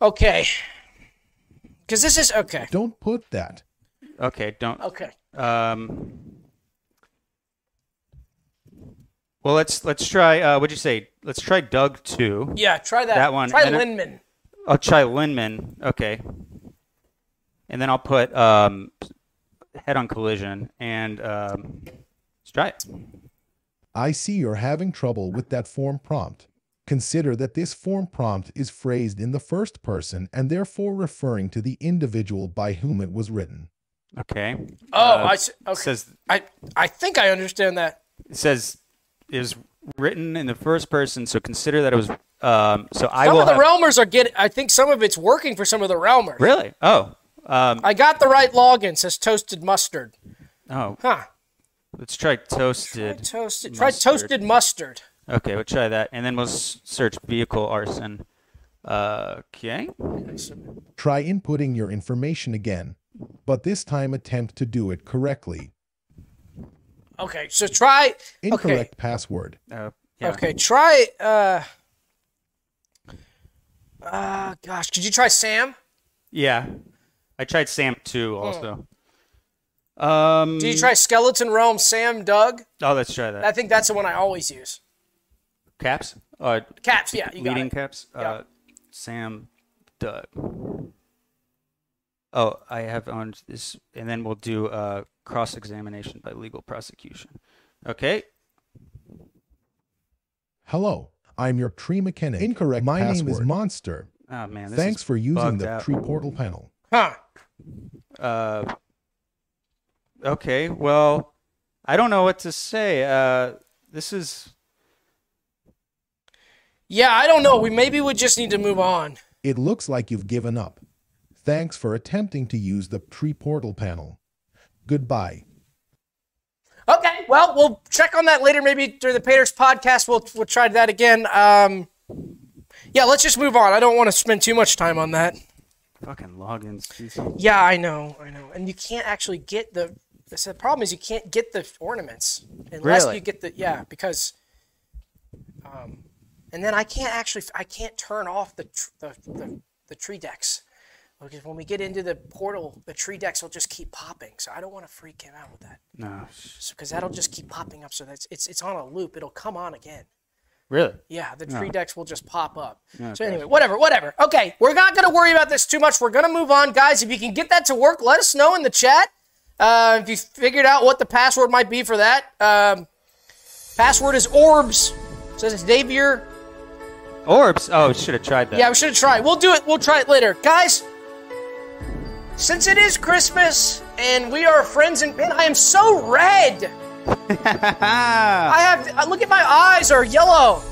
[SPEAKER 2] Okay. Because this is okay.
[SPEAKER 6] Don't put that.
[SPEAKER 1] Okay. Don't.
[SPEAKER 2] Okay.
[SPEAKER 1] Um. Well, let's let's try. Uh, what'd you say? Let's try Doug too.
[SPEAKER 2] Yeah, try that.
[SPEAKER 1] That one,
[SPEAKER 2] Try
[SPEAKER 1] and it-
[SPEAKER 2] Lindman.
[SPEAKER 1] I'll try Lindman. Okay. And then I'll put um, head on collision and um, let's try it.
[SPEAKER 6] I see you're having trouble with that form prompt. Consider that this form prompt is phrased in the first person and therefore referring to the individual by whom it was written.
[SPEAKER 1] Okay.
[SPEAKER 2] Oh,
[SPEAKER 1] uh,
[SPEAKER 2] I s- okay.
[SPEAKER 1] says-
[SPEAKER 2] I I think I understand that.
[SPEAKER 1] It says it was written in the first person, so consider that it was. Um, so I
[SPEAKER 2] Some
[SPEAKER 1] will
[SPEAKER 2] of the
[SPEAKER 1] have,
[SPEAKER 2] realmers are getting. I think some of it's working for some of the realmers.
[SPEAKER 1] really. Oh, um,
[SPEAKER 2] I got the right login. Says toasted mustard.
[SPEAKER 1] oh.
[SPEAKER 2] Huh.
[SPEAKER 1] Let's try
[SPEAKER 2] Try
[SPEAKER 1] toasted.
[SPEAKER 2] toasted. Try
[SPEAKER 1] mustard.
[SPEAKER 2] toasted mustard.
[SPEAKER 1] Okay, we'll try that, and then we'll s- search vehicle arson. Uh, okay.
[SPEAKER 6] Try inputting your information again, but this time attempt to do it correctly.
[SPEAKER 2] Okay. So try. Okay.
[SPEAKER 6] Incorrect password.
[SPEAKER 1] Uh, yeah.
[SPEAKER 2] Okay. Try. Uh. Uh, gosh, could you try Sam?
[SPEAKER 1] Yeah. I tried Sam too. Also. Um.
[SPEAKER 2] Hmm. Did you try Skeleton Realm, Sam, Doug?
[SPEAKER 1] Oh, let's try that.
[SPEAKER 2] I think that's the one I always use.
[SPEAKER 1] Caps. Uh,
[SPEAKER 2] Caps, yeah, you got
[SPEAKER 1] leading
[SPEAKER 2] it.
[SPEAKER 1] caps. Uh, Sam, Doug. Oh, I have on this, and then we'll do uh, cross examination by legal prosecution. Okay.
[SPEAKER 6] Hello, I'm your tree mechanic. Incorrect. My name is
[SPEAKER 3] password.
[SPEAKER 6] Monster.
[SPEAKER 1] Oh man. This
[SPEAKER 6] Thanks
[SPEAKER 1] is
[SPEAKER 6] for using
[SPEAKER 1] bugged
[SPEAKER 6] the
[SPEAKER 1] out.
[SPEAKER 6] tree portal panel.
[SPEAKER 2] Huh.
[SPEAKER 1] Uh, okay, well, I don't know what to say. Uh, this is
[SPEAKER 2] Yeah, I don't know. We maybe we just need to move on.
[SPEAKER 6] It looks like you've given up. Thanks for attempting to use the tree portal panel. Goodbye.
[SPEAKER 2] Okay, well, we'll check on that later. Maybe during the Pater's podcast, we'll we'll try that again. Um, yeah, let's just move on. I don't want to spend too much time on that.
[SPEAKER 1] Fucking logins. Jesus.
[SPEAKER 2] Yeah, I know, I know. And you can't actually get the. that's The problem is you can't get the ornaments unless
[SPEAKER 1] Really?
[SPEAKER 2] you get the yeah because. Um, and then I can't actually I can't turn off the tr- the, the, the tree decks because when we get into the portal, the tree decks will just keep popping. So I don't want to freak him out with that
[SPEAKER 1] No.
[SPEAKER 2] because that'll just keep popping up. So that's it's it's on a loop. It'll come on again.
[SPEAKER 1] Really?
[SPEAKER 2] Yeah, the tree decks will just pop up. So anyway, whatever, whatever. Okay, we're not going to worry about this too much. We're going to move on, guys. If you can get that to work, let us know in the chat. Uh, if you figured out what the password might be for that, um, password is orbs. Says it's Davier.
[SPEAKER 1] Orbs. Oh, should have tried that.
[SPEAKER 2] Yeah, we should try. We'll do it. We'll try it later, guys. Since it is Christmas and we are friends and man, I am so red. I have uh, look at my eyes are yellow.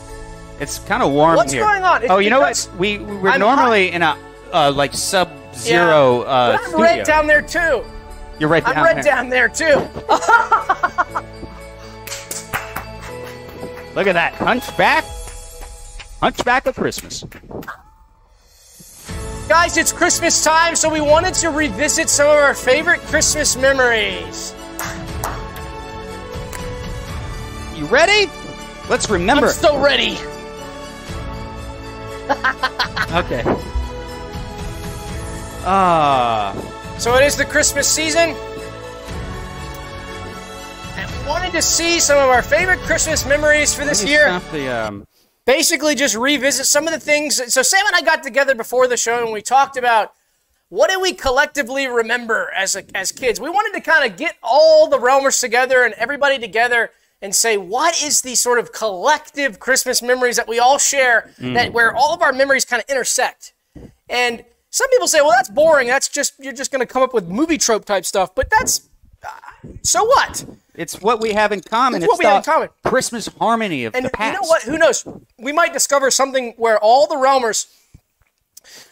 [SPEAKER 1] It's kind of warm
[SPEAKER 2] What's
[SPEAKER 1] here.
[SPEAKER 2] going on? It's
[SPEAKER 1] oh, you know
[SPEAKER 2] because
[SPEAKER 1] what? We we're
[SPEAKER 2] I'm
[SPEAKER 1] normally in a uh, like sub-zero uh,
[SPEAKER 2] But I'm
[SPEAKER 1] studio.
[SPEAKER 2] red down there too.
[SPEAKER 1] You're right
[SPEAKER 2] I'm
[SPEAKER 1] down
[SPEAKER 2] red
[SPEAKER 1] there.
[SPEAKER 2] down there too.
[SPEAKER 1] Look at that hunchback. Hunchback of Christmas.
[SPEAKER 2] Guys, it's Christmas time, so we wanted to revisit some of our favorite Christmas memories.
[SPEAKER 1] You ready? Let's remember.
[SPEAKER 2] I'm so ready.
[SPEAKER 1] okay. Ah.
[SPEAKER 2] So it is the Christmas season. And we wanted to see some of our favorite Christmas memories for this
[SPEAKER 1] let me
[SPEAKER 2] year.
[SPEAKER 1] stop the um.
[SPEAKER 2] basically just revisit some of the things. So Sam and I got together before the show and we talked about what did we collectively remember as a, as kids. We wanted to kind of get all the realmers together and everybody together and say what is the sort of collective Christmas memories that we all share that where all of our memories kind of intersect. And some people say, well, that's boring. That's just you're just going to come up with movie trope type stuff. But that's uh, so what.
[SPEAKER 1] It's what we have in common.
[SPEAKER 2] It's what we have in
[SPEAKER 1] the
[SPEAKER 2] common.
[SPEAKER 1] Christmas harmony of
[SPEAKER 2] And
[SPEAKER 1] the past.
[SPEAKER 2] you know what? Who knows? We might discover something where all the realmers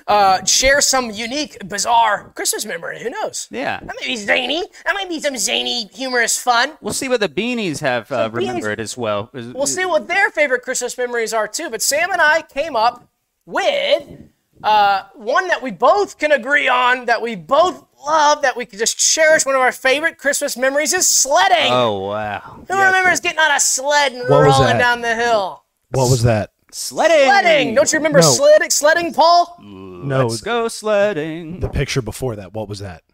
[SPEAKER 2] uh, share some unique, bizarre Christmas memory. Who knows?
[SPEAKER 1] Yeah.
[SPEAKER 2] That might be zany. That might be some zany, humorous fun.
[SPEAKER 1] We'll see what the beanies have uh,
[SPEAKER 2] beanies-
[SPEAKER 1] remembered as well.
[SPEAKER 2] We'll see what their favorite Christmas memories are too. But Sam and I came up with uh, one that we both can agree on, that we both love, that we can just cherish. One of our favorite Christmas memories is sledding.
[SPEAKER 1] Oh wow!
[SPEAKER 2] Who remembers getting on a sled and
[SPEAKER 3] What was
[SPEAKER 2] rolling
[SPEAKER 3] that?
[SPEAKER 2] down the hill?
[SPEAKER 3] What was that?
[SPEAKER 1] Sledding.
[SPEAKER 2] Sledding. Don't you remember
[SPEAKER 3] No.
[SPEAKER 2] sledding? Sledding, Paul.
[SPEAKER 3] No,
[SPEAKER 1] Let's go sledding.
[SPEAKER 3] the picture before that. What was that?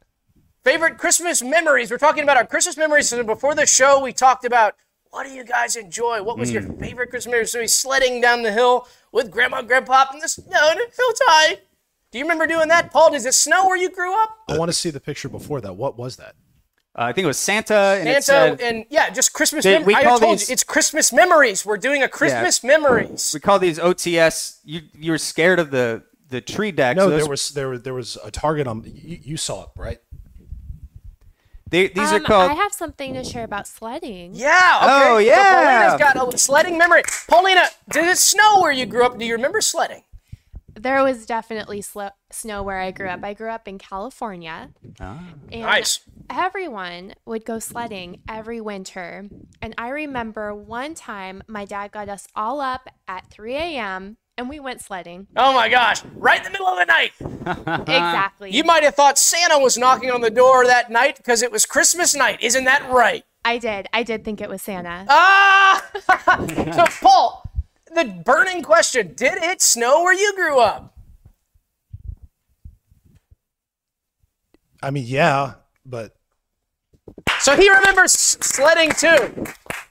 [SPEAKER 2] favorite Christmas memories. We're talking about our Christmas memories. So before the show, we talked about what do you guys enjoy? What was your
[SPEAKER 1] Hmm.
[SPEAKER 2] favorite Christmas memory? So he's sledding down the hill with Grandma, Grandpa, and the snow and it felt high. Do you remember doing that, Paul? Does it snow where you grew up?
[SPEAKER 3] I want to see the picture before that. What was that?
[SPEAKER 1] Uh, I think it was Santa. And it
[SPEAKER 2] Santa
[SPEAKER 1] said,
[SPEAKER 2] and yeah, just Christmas.
[SPEAKER 1] Did
[SPEAKER 2] mem-
[SPEAKER 1] we
[SPEAKER 2] I
[SPEAKER 1] call
[SPEAKER 2] told
[SPEAKER 1] these-
[SPEAKER 2] you, it's Christmas memories. We're doing a Christmas memories.
[SPEAKER 1] we call these OTS. You you were scared of the the tree deck.
[SPEAKER 3] No,
[SPEAKER 1] so those-
[SPEAKER 3] there was there was- there was a target on. You, you saw it, right?
[SPEAKER 1] they- these are
[SPEAKER 7] Um,
[SPEAKER 1] called.
[SPEAKER 7] I have something to share about sledding.
[SPEAKER 2] Yeah. Okay.
[SPEAKER 1] Oh,
[SPEAKER 2] So
[SPEAKER 1] yeah.
[SPEAKER 2] Paulina's got a sledding memory. Paulina, did it snow where you grew up? Do you remember sledding?
[SPEAKER 7] There was definitely sl- snow where I grew up. I grew up in California.
[SPEAKER 1] Ah.
[SPEAKER 7] And
[SPEAKER 2] Nice.
[SPEAKER 7] Everyone would go sledding every winter. And I remember one time my dad got us all up at 3 a.m. and we went sledding.
[SPEAKER 2] Oh my gosh! Right in the middle of the night.
[SPEAKER 1] Uh-huh.
[SPEAKER 7] exactly.
[SPEAKER 2] You might have thought Santa was knocking on the door that night because it was Christmas night. Isn't that right?
[SPEAKER 7] I did. I did think it was Santa.
[SPEAKER 1] Oh.
[SPEAKER 2] Ah! so, Paul, the burning question did it snow where you grew up?
[SPEAKER 3] I mean, yeah, but
[SPEAKER 2] So he remembers s- sledding too.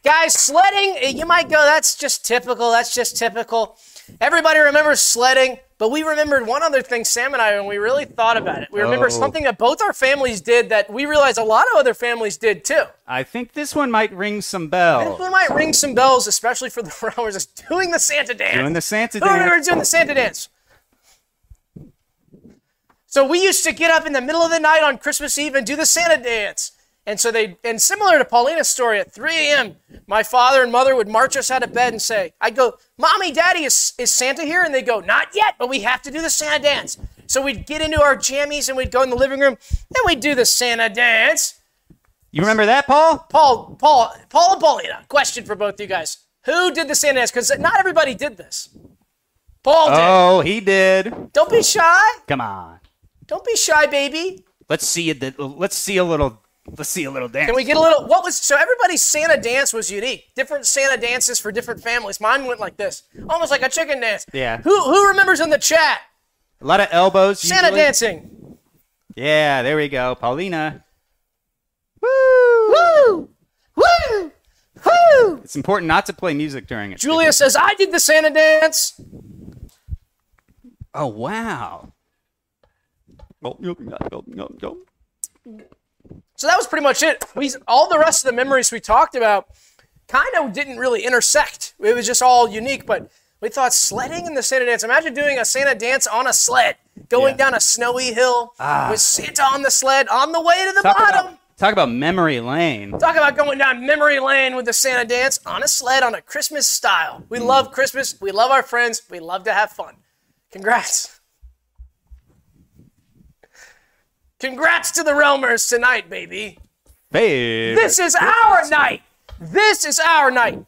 [SPEAKER 2] Guys, sledding, eh, you might go, that's just typical. That's just typical. Everybody remembers sledding, but we remembered one other thing, Sam and I, when we really thought about it. We remember
[SPEAKER 1] Oh.
[SPEAKER 2] something that both our families did that we realized a lot of other families did too.
[SPEAKER 1] I think this one might ring some
[SPEAKER 2] This one
[SPEAKER 1] bells.
[SPEAKER 2] might ring some bells, especially for the rowers, is doing the Santa dance.
[SPEAKER 1] Doing the Santa
[SPEAKER 2] Who remembers
[SPEAKER 1] dance.
[SPEAKER 2] doing the Santa dance? So we used to get up in the middle of the night on Christmas Eve and do the Santa dance. And so they, and similar to Paulina's story, at 3 a.m., my father and mother would march us out of bed and say, I'd go, Mommy, Daddy, is, is Santa here? And they go, Not yet, but we have to do the Santa dance. So we'd get into our jammies and we'd go in the living room and we'd do the Santa dance.
[SPEAKER 1] You remember that, Paul?
[SPEAKER 2] Paul, Paul, Paul and Paulina, question for both you guys. Who did the Santa dance? Because not everybody did this. Paul did.
[SPEAKER 1] Oh, he did.
[SPEAKER 2] Don't be shy.
[SPEAKER 1] Come on.
[SPEAKER 2] Don't be shy, baby.
[SPEAKER 1] Let's see it. th- Let's see a little. Let's see a little dance.
[SPEAKER 2] Can we get a little? What was so everybody's Santa dance was unique. Different Santa dances for different families. Mine went like this, almost like a chicken dance.
[SPEAKER 1] Yeah.
[SPEAKER 2] Who who remembers in the chat
[SPEAKER 1] a lot of elbows.
[SPEAKER 2] Santa
[SPEAKER 1] usually.
[SPEAKER 2] dancing?
[SPEAKER 1] Yeah, there we go. Paulina. Woo!
[SPEAKER 2] Woo, woo, woo.
[SPEAKER 1] It's important not to play music during it.
[SPEAKER 2] Julia says I did the Santa dance.
[SPEAKER 1] Oh wow.
[SPEAKER 2] So that was pretty much it. We all the rest of the memories we talked about kind of didn't really intersect. It was just all unique, but we thought sledding and the Santa dance. Imagine doing a Santa dance on a sled, going
[SPEAKER 1] Yeah. Ah.
[SPEAKER 2] down a snowy hill with Santa on the sled on the way to the
[SPEAKER 1] Talk
[SPEAKER 2] bottom.
[SPEAKER 1] about, talk about memory lane.
[SPEAKER 2] Talk about going down memory lane with the Santa dance on a sled on a Christmas style.
[SPEAKER 1] Hmm.
[SPEAKER 2] We love Christmas. We love our friends. We love to have fun. Congrats. Congrats to the Realmers tonight, baby.
[SPEAKER 1] Babe.
[SPEAKER 2] This is our night. This is our night.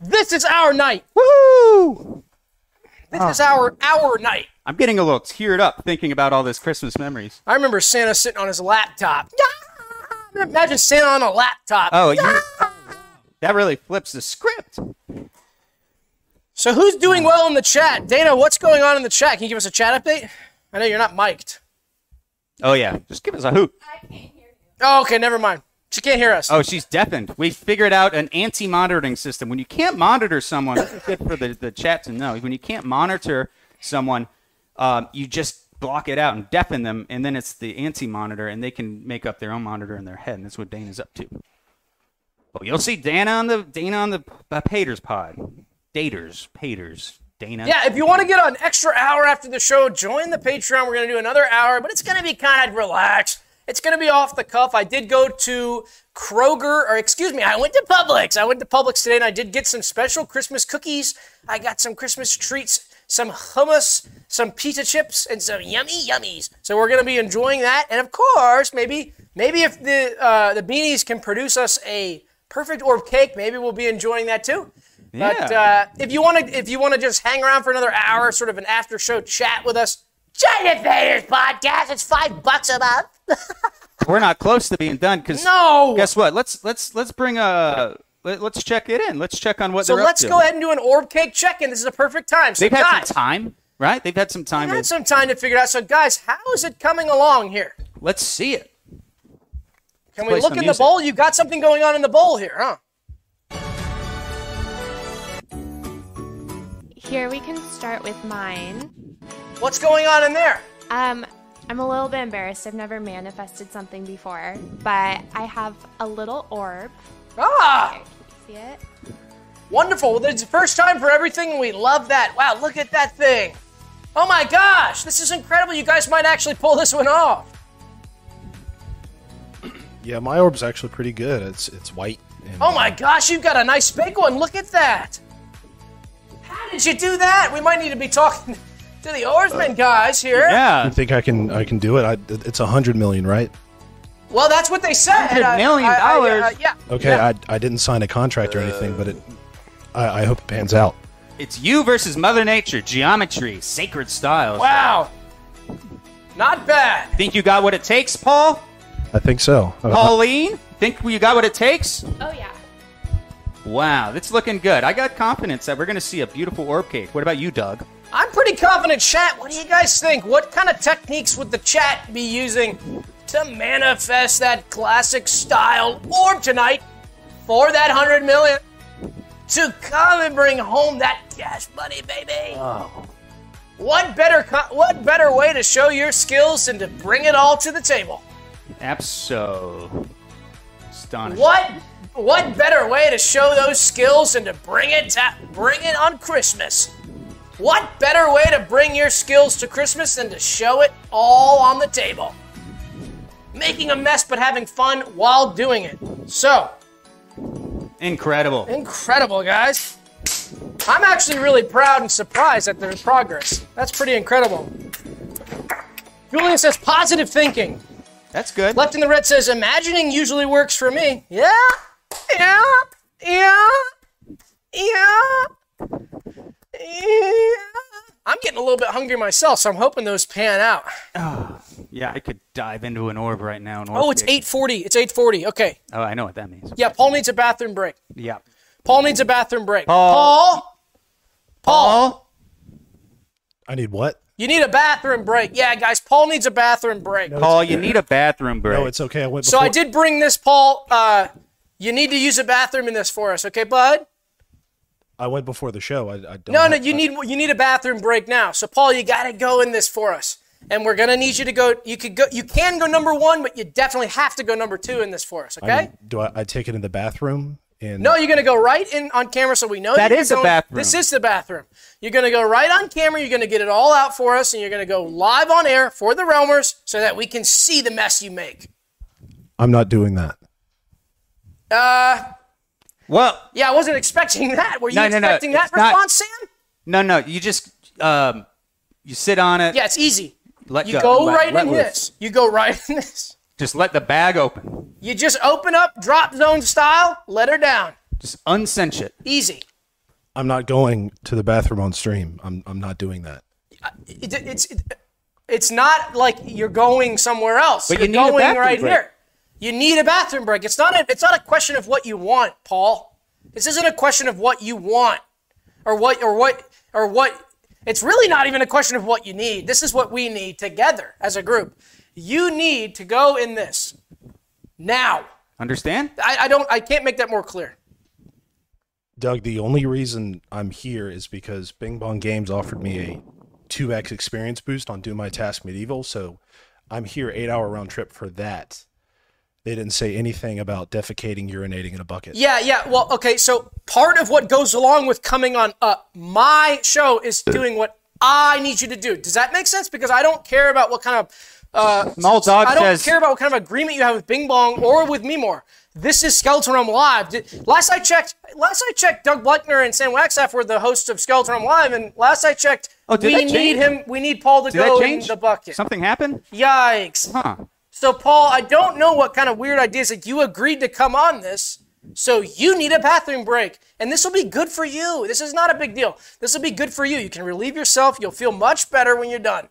[SPEAKER 2] This is our night.
[SPEAKER 1] Woo!
[SPEAKER 2] This is our our night.
[SPEAKER 1] I'm getting a little teared up thinking about all this Christmas memories.
[SPEAKER 2] I remember Santa sitting on his laptop. Imagine Santa on a laptop.
[SPEAKER 1] Oh, you, that really flips the script.
[SPEAKER 2] So who's doing well in the chat? Dana, what's going on in the chat? Can you give us a chat update? I know you're not mic'd.
[SPEAKER 1] Oh yeah, just give us a hoop.
[SPEAKER 2] Oh, okay, never mind. She can't hear us.
[SPEAKER 1] Oh, she's deafened. We figured out an anti-monitoring system. When you can't monitor someone, this is good for the, the chat to know. When you can't monitor someone, um, you just block it out and deafen them, and then it's the anti-monitor, and they can make up their own monitor in their head, and that's what Dana's up to. Oh, you'll see Dana on the Dana on the uh, Paters pod, daters, Paters, Dana.
[SPEAKER 2] Yeah, if you want to get an extra hour after the show, join the Patreon. We're going to do another hour, but it's going to be kind of relaxed. It's going to be off the cuff. I did go to Kroger, or excuse me, I went to Publix. I went to Publix today and I did get some special Christmas cookies. I got some Christmas treats, some hummus, some pita chips, and some yummy yummies. So we're going to be enjoying that. And of course, maybe maybe if the uh, the beanies can produce us a perfect orb cake, maybe we'll be enjoying that too. But uh,
[SPEAKER 1] Yeah.
[SPEAKER 2] if you want to, if you want to just hang around for another hour, sort of an after-show chat with us, join the Faders podcast. It's five bucks a month.
[SPEAKER 1] we're not close to being done because
[SPEAKER 2] No.
[SPEAKER 1] guess what? Let's let's let's bring a let, let's check it in. Let's check on what
[SPEAKER 2] so
[SPEAKER 1] they're up
[SPEAKER 2] let's
[SPEAKER 1] to.
[SPEAKER 2] go ahead and do an orb cake check-in. This is a perfect time. So
[SPEAKER 1] They've had
[SPEAKER 2] guys,
[SPEAKER 1] some time, right? They've had some time.
[SPEAKER 2] we've
[SPEAKER 1] to-
[SPEAKER 2] had some time to figure it out. So guys, how is it coming along here?
[SPEAKER 1] Let's see it.
[SPEAKER 2] Can
[SPEAKER 1] play
[SPEAKER 2] we look
[SPEAKER 1] some
[SPEAKER 2] in
[SPEAKER 1] music.
[SPEAKER 2] the bowl? You got something going on in the bowl here, huh?
[SPEAKER 7] Here we can start with mine.
[SPEAKER 2] What's going on in there?
[SPEAKER 7] Um, I'm a little bit embarrassed. I've never manifested something before, but I have a little orb.
[SPEAKER 2] Ah,
[SPEAKER 7] Here, can you see it?
[SPEAKER 2] wonderful! Well, It's the first time for everything, and we love that. Wow, look at that thing! Oh my gosh, this is incredible. You guys might actually pull this one off.
[SPEAKER 3] Yeah, my orb's actually pretty good. It's it's white. And, uh,
[SPEAKER 2] Oh my gosh, you've got a nice big one. Look at that. How did you do that? We might need to be talking to the oarsmen guys here.
[SPEAKER 3] I
[SPEAKER 1] Uh, Yeah.
[SPEAKER 3] think I can I can do it. I, it's a hundred million, right?
[SPEAKER 2] Well, that's what they said.
[SPEAKER 1] $100 million
[SPEAKER 2] I- I- I-
[SPEAKER 1] dollars.
[SPEAKER 2] yeah.
[SPEAKER 3] Okay, I, I didn't sign a contract or anything, but it I, I hope it pans out.
[SPEAKER 1] It's you versus Mother Nature, geometry, sacred styles.
[SPEAKER 2] Wow. Not bad.
[SPEAKER 1] Think you got what it takes, Paul?
[SPEAKER 3] I think so.
[SPEAKER 1] Pauline? Think you got what it takes?
[SPEAKER 7] Oh yeah.
[SPEAKER 1] Wow, that's looking good. I got confidence that we're going to see a beautiful orb cake. What about you, Doug?
[SPEAKER 2] I'm pretty confident, chat. What do you guys think? What kind of techniques would the chat be using to manifest that classic style orb tonight for that 100 million to come and bring home that cash money, baby? What better co- what better way to show your skills than to bring it all to the table?
[SPEAKER 1] Abso. Astonishing.
[SPEAKER 2] What what better way to show those skills than to bring it to, bring it on Christmas? What better way to bring your skills to Christmas than to show it all on the table? making a mess but having fun while doing it. So,
[SPEAKER 1] Incredible.
[SPEAKER 2] incredible, guys. I'm actually really proud and surprised at their progress. That's pretty incredible. Julian says positive thinking.
[SPEAKER 1] That's good.
[SPEAKER 2] Left in the red says imagining usually works for me. Yeah, yeah, yeah, yeah, yeah. I'm getting a little bit hungry myself, so I'm hoping those pan out.
[SPEAKER 1] Yeah, I could dive into an orb right now. And
[SPEAKER 2] Oh, it's 8:40. It's 8:40. Okay.
[SPEAKER 1] Oh, I know what that means.
[SPEAKER 2] Yeah, Paul needs a bathroom break.
[SPEAKER 1] Yeah.
[SPEAKER 2] Paul needs a bathroom break.
[SPEAKER 1] Paul.
[SPEAKER 2] Paul. Paul.
[SPEAKER 3] I need what?
[SPEAKER 2] You need a bathroom break. Yeah, guys, Paul needs a bathroom break.
[SPEAKER 1] Paul, you need a bathroom break.
[SPEAKER 3] No, it's okay. I went.
[SPEAKER 2] so
[SPEAKER 3] before-
[SPEAKER 2] I did bring this, Paul. Uh, you need to use a bathroom in this for us, okay, bud?
[SPEAKER 3] I went before the show. I, I don't.
[SPEAKER 2] No, no,
[SPEAKER 3] have-
[SPEAKER 2] you need you need a bathroom break now. So Paul, you gotta go in this for us, and we're gonna need you to go. You could go. You can go number one, but you definitely have to go number two in this for us, okay?
[SPEAKER 3] I mean, do I, I take it in the bathroom? And
[SPEAKER 2] No, you're gonna go right in on camera, so we know
[SPEAKER 1] That
[SPEAKER 2] you're
[SPEAKER 1] is the
[SPEAKER 2] going-
[SPEAKER 1] bathroom.
[SPEAKER 2] This is the bathroom. You're gonna go right on camera. You're gonna get it all out for us, and you're gonna go live on air for the Realmers, so that we can see the mess you make.
[SPEAKER 3] I'm not doing that.
[SPEAKER 1] well,
[SPEAKER 2] Yeah, I wasn't expecting that. Were you
[SPEAKER 1] No, no, no,
[SPEAKER 2] expecting that
[SPEAKER 1] it's not-
[SPEAKER 2] response, Sam?
[SPEAKER 1] no, no. You just um, you sit on it.
[SPEAKER 2] Yeah, it's easy.
[SPEAKER 1] Let
[SPEAKER 2] you
[SPEAKER 1] go.
[SPEAKER 2] go
[SPEAKER 1] Let-
[SPEAKER 2] right
[SPEAKER 1] let
[SPEAKER 2] in
[SPEAKER 1] loose.
[SPEAKER 2] this. You go right in this.
[SPEAKER 1] Just let the bag open.
[SPEAKER 2] You just open up, drop zone style, let her down.
[SPEAKER 1] Just uncinch it.
[SPEAKER 2] Easy.
[SPEAKER 3] I'm not going to the bathroom on stream. I'm I'm not doing that.
[SPEAKER 2] It- it's it- it's not like you're going somewhere else.
[SPEAKER 1] But you
[SPEAKER 2] you're
[SPEAKER 1] need a
[SPEAKER 2] going
[SPEAKER 1] bathroom
[SPEAKER 2] right
[SPEAKER 1] break.
[SPEAKER 2] here. You need a bathroom break. It's not a, it's not a question of what you want, Paul. This isn't a question of what you want or what or what or what it's really not even a question of what you need. This is what we need together as a group. You need to go in this now.
[SPEAKER 1] Understand?
[SPEAKER 2] I, I don't I can't make that more clear.
[SPEAKER 3] Doug, the only reason I'm here is because Bing Bong Games offered me a 2x experience boost on Do My Task Medieval, so I'm here 8-hour round trip for that. They didn't say anything about defecating, urinating in a bucket.
[SPEAKER 2] Yeah, yeah. Well, okay. So part of what goes along with coming on uh, my show is doing what I need you to do. Does that make sense? Because I don't care about what kind of uh,
[SPEAKER 1] Small dog
[SPEAKER 2] I don't
[SPEAKER 1] says-
[SPEAKER 2] care about what kind of agreement you have with Bing Bong or with me more. This is Skeleton Realm Live. Did- last I checked, last I checked, Doug Bluckner and Sam Waxaff were the hosts of Skeleton Realm Live, and last I checked,
[SPEAKER 1] Oh, did
[SPEAKER 2] we
[SPEAKER 1] that
[SPEAKER 2] need
[SPEAKER 1] change?
[SPEAKER 2] him. We need Paul to
[SPEAKER 1] Did
[SPEAKER 2] go
[SPEAKER 1] that
[SPEAKER 2] in
[SPEAKER 1] change?
[SPEAKER 2] the bucket.
[SPEAKER 1] Something happened?
[SPEAKER 2] Yikes.
[SPEAKER 1] Huh.
[SPEAKER 2] So, Paul, I don't know what kind of weird ideas like you agreed to come on this. So you need a bathroom break, and this will be good for you. This is not a big deal. This will be good for you. You can relieve yourself. You'll feel much better when you're done.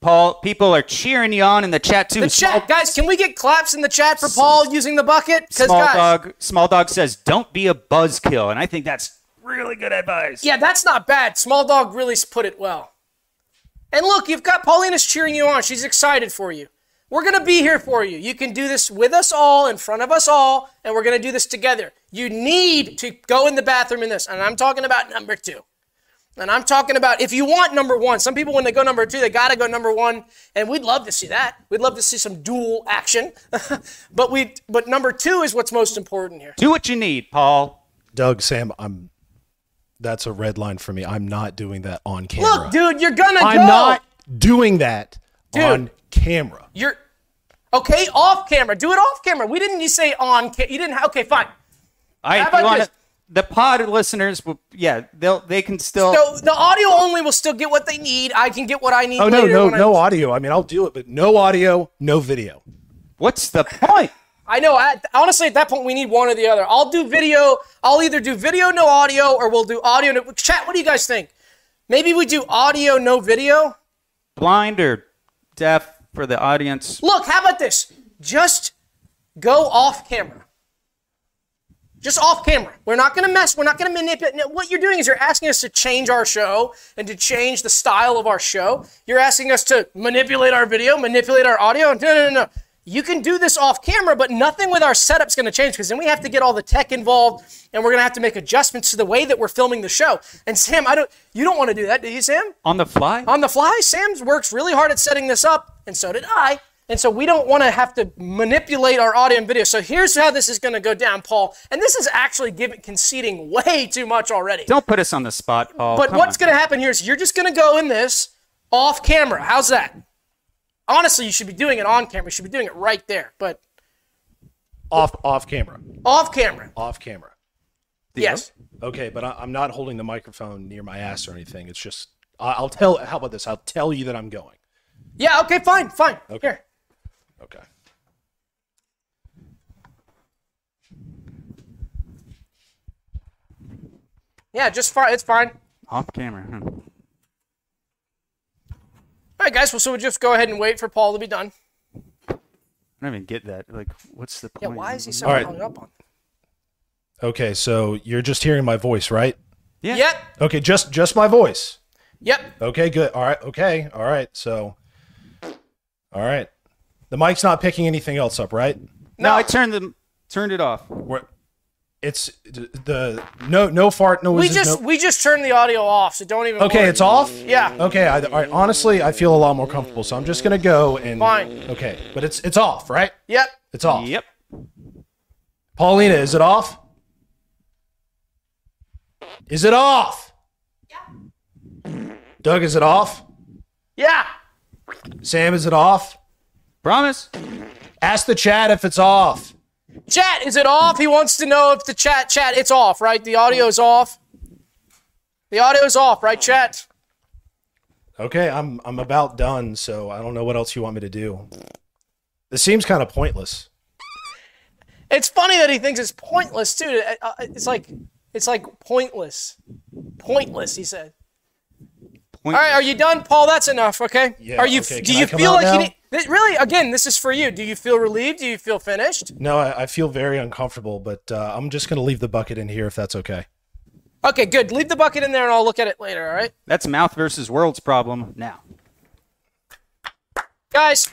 [SPEAKER 1] Paul, people are cheering you on in the chat too.
[SPEAKER 2] The
[SPEAKER 1] small
[SPEAKER 2] chat, guys, can we get claps in the chat for Paul using the bucket? Because
[SPEAKER 1] small
[SPEAKER 2] guys,
[SPEAKER 1] dog, small dog says, "Don't be a buzzkill," and I think that's really good advice.
[SPEAKER 2] yeah, that's not bad. Small dog really s- put it well. And look, you've got Paulina's cheering you on. She's excited for you. We're gonna be here for you. You can do this with us all, in front of us all, and we're gonna do this together. You need to go in the bathroom in this, and I'm talking about number two. And I'm talking about if you want number one. Some people, when they go number two, they gotta go number one, and we'd love to see that. We'd love to see some dual action, but we, but number two is what's most important here.
[SPEAKER 1] Do what you need, Paul.
[SPEAKER 3] Doug, Sam, I'm that's a red line for me. I'm not doing that on camera.
[SPEAKER 2] Look, dude, you're gonna
[SPEAKER 3] I'm
[SPEAKER 2] go.
[SPEAKER 3] not doing that on camera.
[SPEAKER 2] You're okay off camera. Do it off camera. We didn't you say on ca- you didn't okay, fine.
[SPEAKER 1] I
[SPEAKER 2] How about
[SPEAKER 1] you wanna-
[SPEAKER 2] this?
[SPEAKER 1] the pod listeners will yeah, they'll they can still
[SPEAKER 2] So the audio only will still get what they need. I can get what I need
[SPEAKER 3] Oh no,
[SPEAKER 2] later
[SPEAKER 3] no,
[SPEAKER 2] when I-
[SPEAKER 3] no audio. I mean, I'll do it, but no audio, no video.
[SPEAKER 1] what's the point?
[SPEAKER 2] I know. At, honestly, at that point, we need one or the other. I'll do video. I'll either do video, no audio, or we'll do audio. No, chat, what do you guys think? Maybe we do audio, no video?
[SPEAKER 1] Blind or deaf for the audience.
[SPEAKER 2] Look, how about this? Just go off camera. Just off camera. We're not going to mess. We're not going to manipulate. no, What you're doing is you're asking us to change our show and to change the style of our show. You're asking us to manipulate our video, manipulate our audio. No, no, no, no. You can do this off camera, but nothing with our setup's going to change because then we have to get all the tech involved and we're going to have to make adjustments to the way that we're filming the show. And Sam, I don't. You don't want to do that, do you, Sam?
[SPEAKER 1] On the fly?
[SPEAKER 2] on the fly, Sam's works really hard at setting this up, and so did I. And so we don't want to have to manipulate our audio and video. So here's how this is going to go down, Paul. And this is actually giving conceding way too much already.
[SPEAKER 1] Don't put us on the spot, Paul.
[SPEAKER 2] but
[SPEAKER 1] Come
[SPEAKER 2] what's
[SPEAKER 1] on.
[SPEAKER 2] going to happen here is you're just going to go in this off camera. How's that? honestly, you should be doing it on camera. You should be doing it right there. But
[SPEAKER 3] Off off camera.
[SPEAKER 2] off camera,
[SPEAKER 3] Off camera.
[SPEAKER 2] yes.
[SPEAKER 3] Okay, but I, I'm not holding the microphone near my ass or anything. It's just I, I'll tell. How about this? I'll tell you that I'm going.
[SPEAKER 2] Yeah. Okay. Fine. Fine.
[SPEAKER 3] Okay.
[SPEAKER 2] Here.
[SPEAKER 3] Okay.
[SPEAKER 2] Yeah. Just fine. It's fine.
[SPEAKER 1] Off camera. huh?
[SPEAKER 2] All right, guys. Well, so we'll just go ahead and wait for Paul to be done.
[SPEAKER 1] I don't even get that. Like, what's the
[SPEAKER 2] Yeah.
[SPEAKER 1] point?
[SPEAKER 2] Why is he so
[SPEAKER 3] All right.
[SPEAKER 2] hung up on?
[SPEAKER 3] Okay. So you're just hearing my voice, right?
[SPEAKER 1] Yeah.
[SPEAKER 2] Yep.
[SPEAKER 3] Okay. Just just my voice.
[SPEAKER 2] Yep.
[SPEAKER 3] Okay. Good. All right. Okay. All right. So. All right. The mic's not picking anything else up, right?
[SPEAKER 1] No, I turned the turned it off.
[SPEAKER 3] We're, it's the no no fart
[SPEAKER 2] We
[SPEAKER 3] noises.
[SPEAKER 2] just
[SPEAKER 3] no-
[SPEAKER 2] we just turned the audio off, so don't even.
[SPEAKER 3] okay.
[SPEAKER 2] worry.
[SPEAKER 3] It's off.
[SPEAKER 2] Yeah.
[SPEAKER 3] Okay. I, all right, honestly, I feel a lot more comfortable, so I'm just gonna go and.
[SPEAKER 2] Fine.
[SPEAKER 3] Okay, but it's it's off, right?
[SPEAKER 2] Yep.
[SPEAKER 3] It's off.
[SPEAKER 1] Yep.
[SPEAKER 3] Paulina, is it off? Is it off? Doug, is it off?
[SPEAKER 2] Yeah.
[SPEAKER 3] Sam, is it off?
[SPEAKER 1] Promise.
[SPEAKER 3] Ask the chat if it's off.
[SPEAKER 2] Chat, is it off? He wants to know if the chat chat it's off, right? The audio is off. The audio is off, right? Chat.
[SPEAKER 3] Okay, I'm I'm about done, so I don't know what else you want me to do. This seems kind of pointless.
[SPEAKER 2] It's funny that he thinks it's pointless too. Uh, uh, It's like it's like pointless, pointless. He said.
[SPEAKER 1] Point-
[SPEAKER 2] All right, are you done, Paul? That's enough. Okay.
[SPEAKER 3] Yeah,
[SPEAKER 2] are you?
[SPEAKER 3] okay,
[SPEAKER 2] Do
[SPEAKER 3] can I
[SPEAKER 2] you
[SPEAKER 3] come
[SPEAKER 2] feel
[SPEAKER 3] out
[SPEAKER 2] like you
[SPEAKER 3] now?
[SPEAKER 2] need, this, really? Again, this is for you. Do you feel relieved? Do you feel finished?
[SPEAKER 3] No, I, I feel very uncomfortable, but uh, I'm just gonna leave the bucket in here if that's okay.
[SPEAKER 2] Okay, good. Leave the bucket in there, and I'll look at it later. All right,
[SPEAKER 1] That's mouth versus world's problem now.
[SPEAKER 2] guys.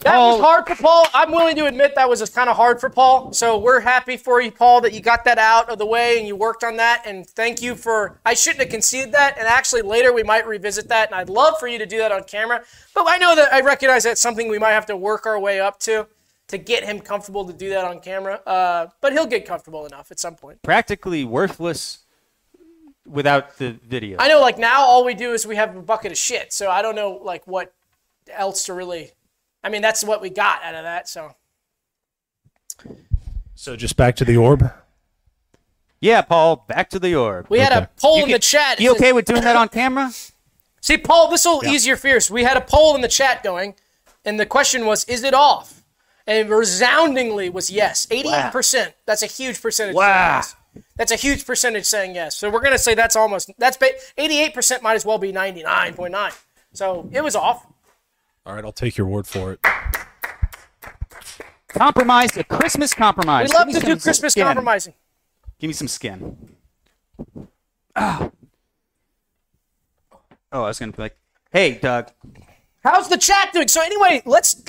[SPEAKER 2] That was
[SPEAKER 1] Paul-
[SPEAKER 2] hard for Paul. I'm willing to admit that was kind of hard for Paul. So we're happy for you, Paul, that you got that out of the way and you worked on that. And thank you for. I shouldn't have conceded that. And actually, later we might revisit that. And I'd love for you to do that on camera. But I know that I recognize that's something we might have to work our way up to to get him comfortable to do that on camera. Uh, but he'll get comfortable enough at some point.
[SPEAKER 1] Practically worthless without the video.
[SPEAKER 2] I know, like now, all we do is we have a bucket of shit. So I don't know, like what else to really. I mean, that's what we got out of that. So
[SPEAKER 3] So just back to the orb.
[SPEAKER 1] yeah, Paul. Back to the orb.
[SPEAKER 2] we had a
[SPEAKER 3] Okay.
[SPEAKER 2] poll
[SPEAKER 1] You
[SPEAKER 2] in
[SPEAKER 1] can-
[SPEAKER 2] the chat. It
[SPEAKER 1] You
[SPEAKER 2] says-
[SPEAKER 1] okay with doing that on camera?
[SPEAKER 2] See, Paul, this will ease your fears. We had a poll in the chat going, and the question was, "Is it off?" And it resoundingly was yes, eighty-eight percent. That's a huge percentage. saying
[SPEAKER 1] Wow.
[SPEAKER 2] yes. That's a huge percentage saying yes. So we're gonna say that's almost that's eighty-eight percent might as well be ninety-nine point nine. So it was off.
[SPEAKER 3] All right, I'll take your word for it.
[SPEAKER 1] Compromise. A Christmas compromise.
[SPEAKER 2] We love
[SPEAKER 1] Give
[SPEAKER 2] to
[SPEAKER 1] me some
[SPEAKER 2] do Christmas
[SPEAKER 1] skin.
[SPEAKER 2] compromising.
[SPEAKER 1] Give me some skin. Ah. Oh, I was gonna be like, hey, Doug.
[SPEAKER 2] How's the chat doing? So anyway, let's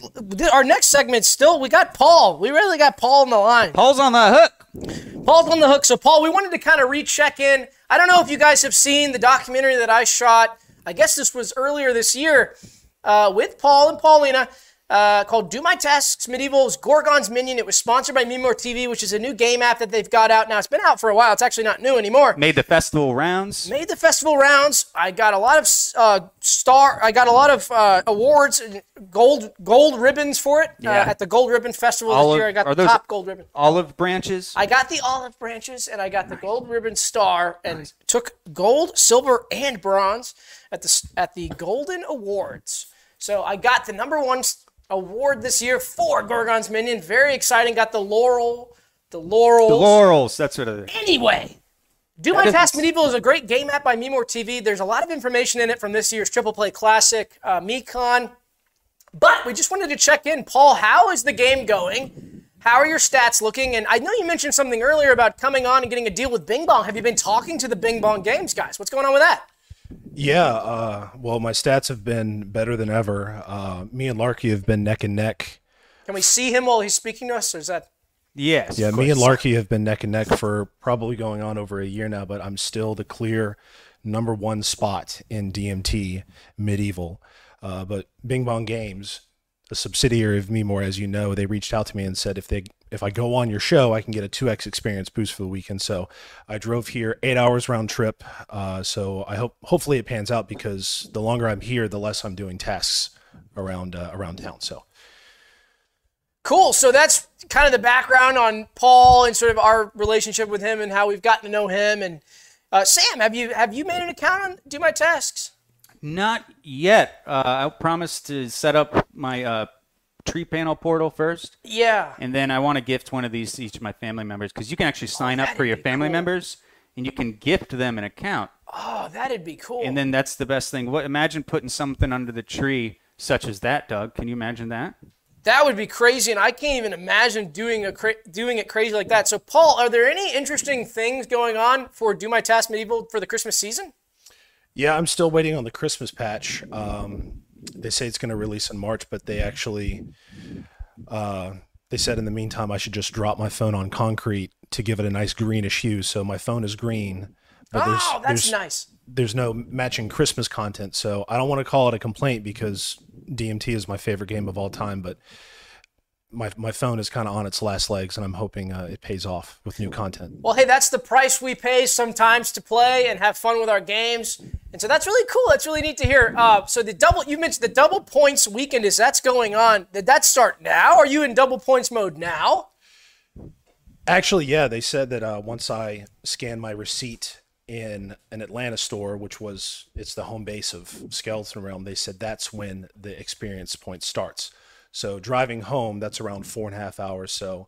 [SPEAKER 2] our next segment. Still, we got Paul. We really got Paul on the line.
[SPEAKER 1] Paul's on the hook.
[SPEAKER 2] Paul's on the hook. So Paul, we wanted to kind of recheck in. I don't know if you guys have seen the documentary that I shot. I guess this was earlier this year uh, with Paul and Paulina. Uh, called Do My Tasks Medieval's Gorgon's Minion. It was sponsored by Memore TV, which is a new game app that they've got out now. It's been out for a while. It's actually not new anymore.
[SPEAKER 1] Made the festival rounds.
[SPEAKER 2] made the festival rounds. I got a lot of uh, star. I got a lot of uh, awards, and gold gold ribbons for it
[SPEAKER 1] Yeah.
[SPEAKER 2] uh, at the Gold Ribbon Festival
[SPEAKER 1] Olive-
[SPEAKER 2] this year. I got
[SPEAKER 1] are
[SPEAKER 2] the
[SPEAKER 1] those-
[SPEAKER 2] top gold ribbon.
[SPEAKER 1] Olive branches.
[SPEAKER 2] I got the olive branches and I got the gold ribbon star and took gold, silver, and bronze at the s- at the Golden Awards. So I got the number one s- award this year for Gorgon's Minion. Very exciting. Got the laurel. The laurels.
[SPEAKER 1] the laurels. That's what it is.
[SPEAKER 2] Anyway, Do My
[SPEAKER 1] doesn't
[SPEAKER 2] Task
[SPEAKER 1] s-
[SPEAKER 2] Medieval is a great game app by Memore TV. There's a lot of information in it from this year's Triple Play Classic, uh, Mecon. But we just wanted to check in. Paul, how is the game going? How are your stats looking? And I know you mentioned something earlier about coming on and getting a deal with Bing Bong. Have you been talking to the Bing Bong Games guys? What's going on with that?
[SPEAKER 3] Yeah, uh, well, my stats have been better than ever. Uh, me and Larky have been neck and neck.
[SPEAKER 2] Can we see him while he's speaking to us? Or is that
[SPEAKER 1] Yes.
[SPEAKER 3] Yeah,
[SPEAKER 1] of
[SPEAKER 3] me and
[SPEAKER 1] course.
[SPEAKER 3] Larky have been neck and neck for probably going on over a year now, but I'm still the clear number one spot in DMT Medieval. Uh, but Bing Bong Games, a subsidiary of Memore, as you know, they reached out to me and said if they if I go on your show, I can get a two x experience boost for the weekend. So I drove here eight hours round trip. Uh, so I hope hopefully it pans out because the longer I'm here, the less I'm doing tasks around uh, around town. So
[SPEAKER 2] Cool. So that's kind of the background on Paul and sort of our relationship with him and how we've gotten to know him. And uh, Sam, have you have you made an account on Do My Tasks?
[SPEAKER 1] Not yet. Uh, I promised to set up my uh, tree panel portal first,
[SPEAKER 2] Yeah.
[SPEAKER 1] and then I want to gift one of these to each of my family members because you can actually sign up for your family members and you can gift them an account.
[SPEAKER 2] Oh, that'd be cool.
[SPEAKER 1] And then that's the best thing. What imagine putting something under the tree such as that, Doug? Can you imagine that?
[SPEAKER 2] that would be crazy, and I can't even imagine doing a cra- doing it crazy like that. So, Paul, are there any interesting things going on for Do My Tasks Medieval for the Christmas season?
[SPEAKER 3] Yeah, I'm still waiting on the Christmas patch. Um, they say it's going to release in March, but they actually uh, they said in the meantime I should just drop my phone on concrete to give it a nice greenish hue. So my phone is green, but there's
[SPEAKER 2] oh, that's
[SPEAKER 3] there's,
[SPEAKER 2] nice.
[SPEAKER 3] there's no matching Christmas content. So I don't want to call it a complaint because DMT is my favorite game of all time, but my my phone is kind of on its last legs, and I'm hoping uh, it pays off with new content.
[SPEAKER 2] Well, hey, that's the price we pay sometimes to play and have fun with our games. And so that's really cool. That's really neat to hear. Uh, so the double you mentioned the double points weekend is that's going on. Did that start now? Are you in double points mode now?
[SPEAKER 3] Actually, yeah, they said that uh, once I scan my receipt in an Atlanta store, which was it's the home base of Skeleton Realm, they said that's when the experience point starts. So driving home, that's around four and a half hours. So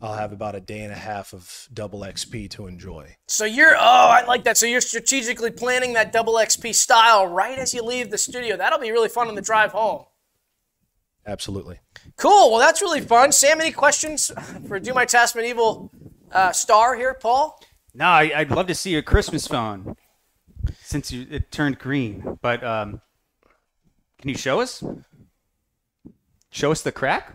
[SPEAKER 3] I'll have about a day and a half of double XP to enjoy.
[SPEAKER 2] So you're oh, I like that. So you're strategically planning that double XP style right as you leave the studio. That'll be really fun on the drive home.
[SPEAKER 3] Absolutely.
[SPEAKER 2] Cool. Well, that's really fun. Sam, any questions for Do My Task Medieval uh, star here, Paul?
[SPEAKER 1] No, I, I'd love to see your Christmas phone since you, it turned green. But um, can you show us? Show us the crack.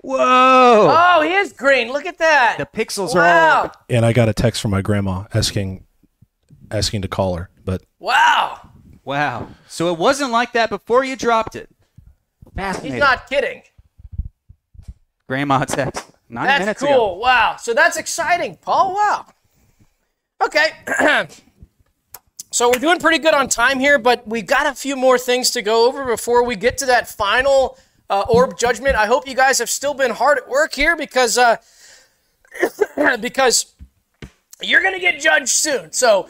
[SPEAKER 1] Whoa!
[SPEAKER 2] Oh, he is green. Look at that.
[SPEAKER 1] The pixels are all
[SPEAKER 2] wow.
[SPEAKER 3] And I got a text from my grandma asking asking to call her, but
[SPEAKER 2] Wow.
[SPEAKER 1] wow. So it wasn't like that before you dropped it.
[SPEAKER 2] He's
[SPEAKER 1] Fascinating.
[SPEAKER 2] not kidding.
[SPEAKER 1] Grandma text. Nine
[SPEAKER 2] That's
[SPEAKER 1] minutes
[SPEAKER 2] cool.
[SPEAKER 1] ago.
[SPEAKER 2] Wow. So that's exciting, Paul. Wow. Okay. so we're doing pretty good on time here, but we've got a few more things to go over before we get to that final uh, orb judgment. I hope you guys have still been hard at work here because uh, because you're gonna get judged soon. So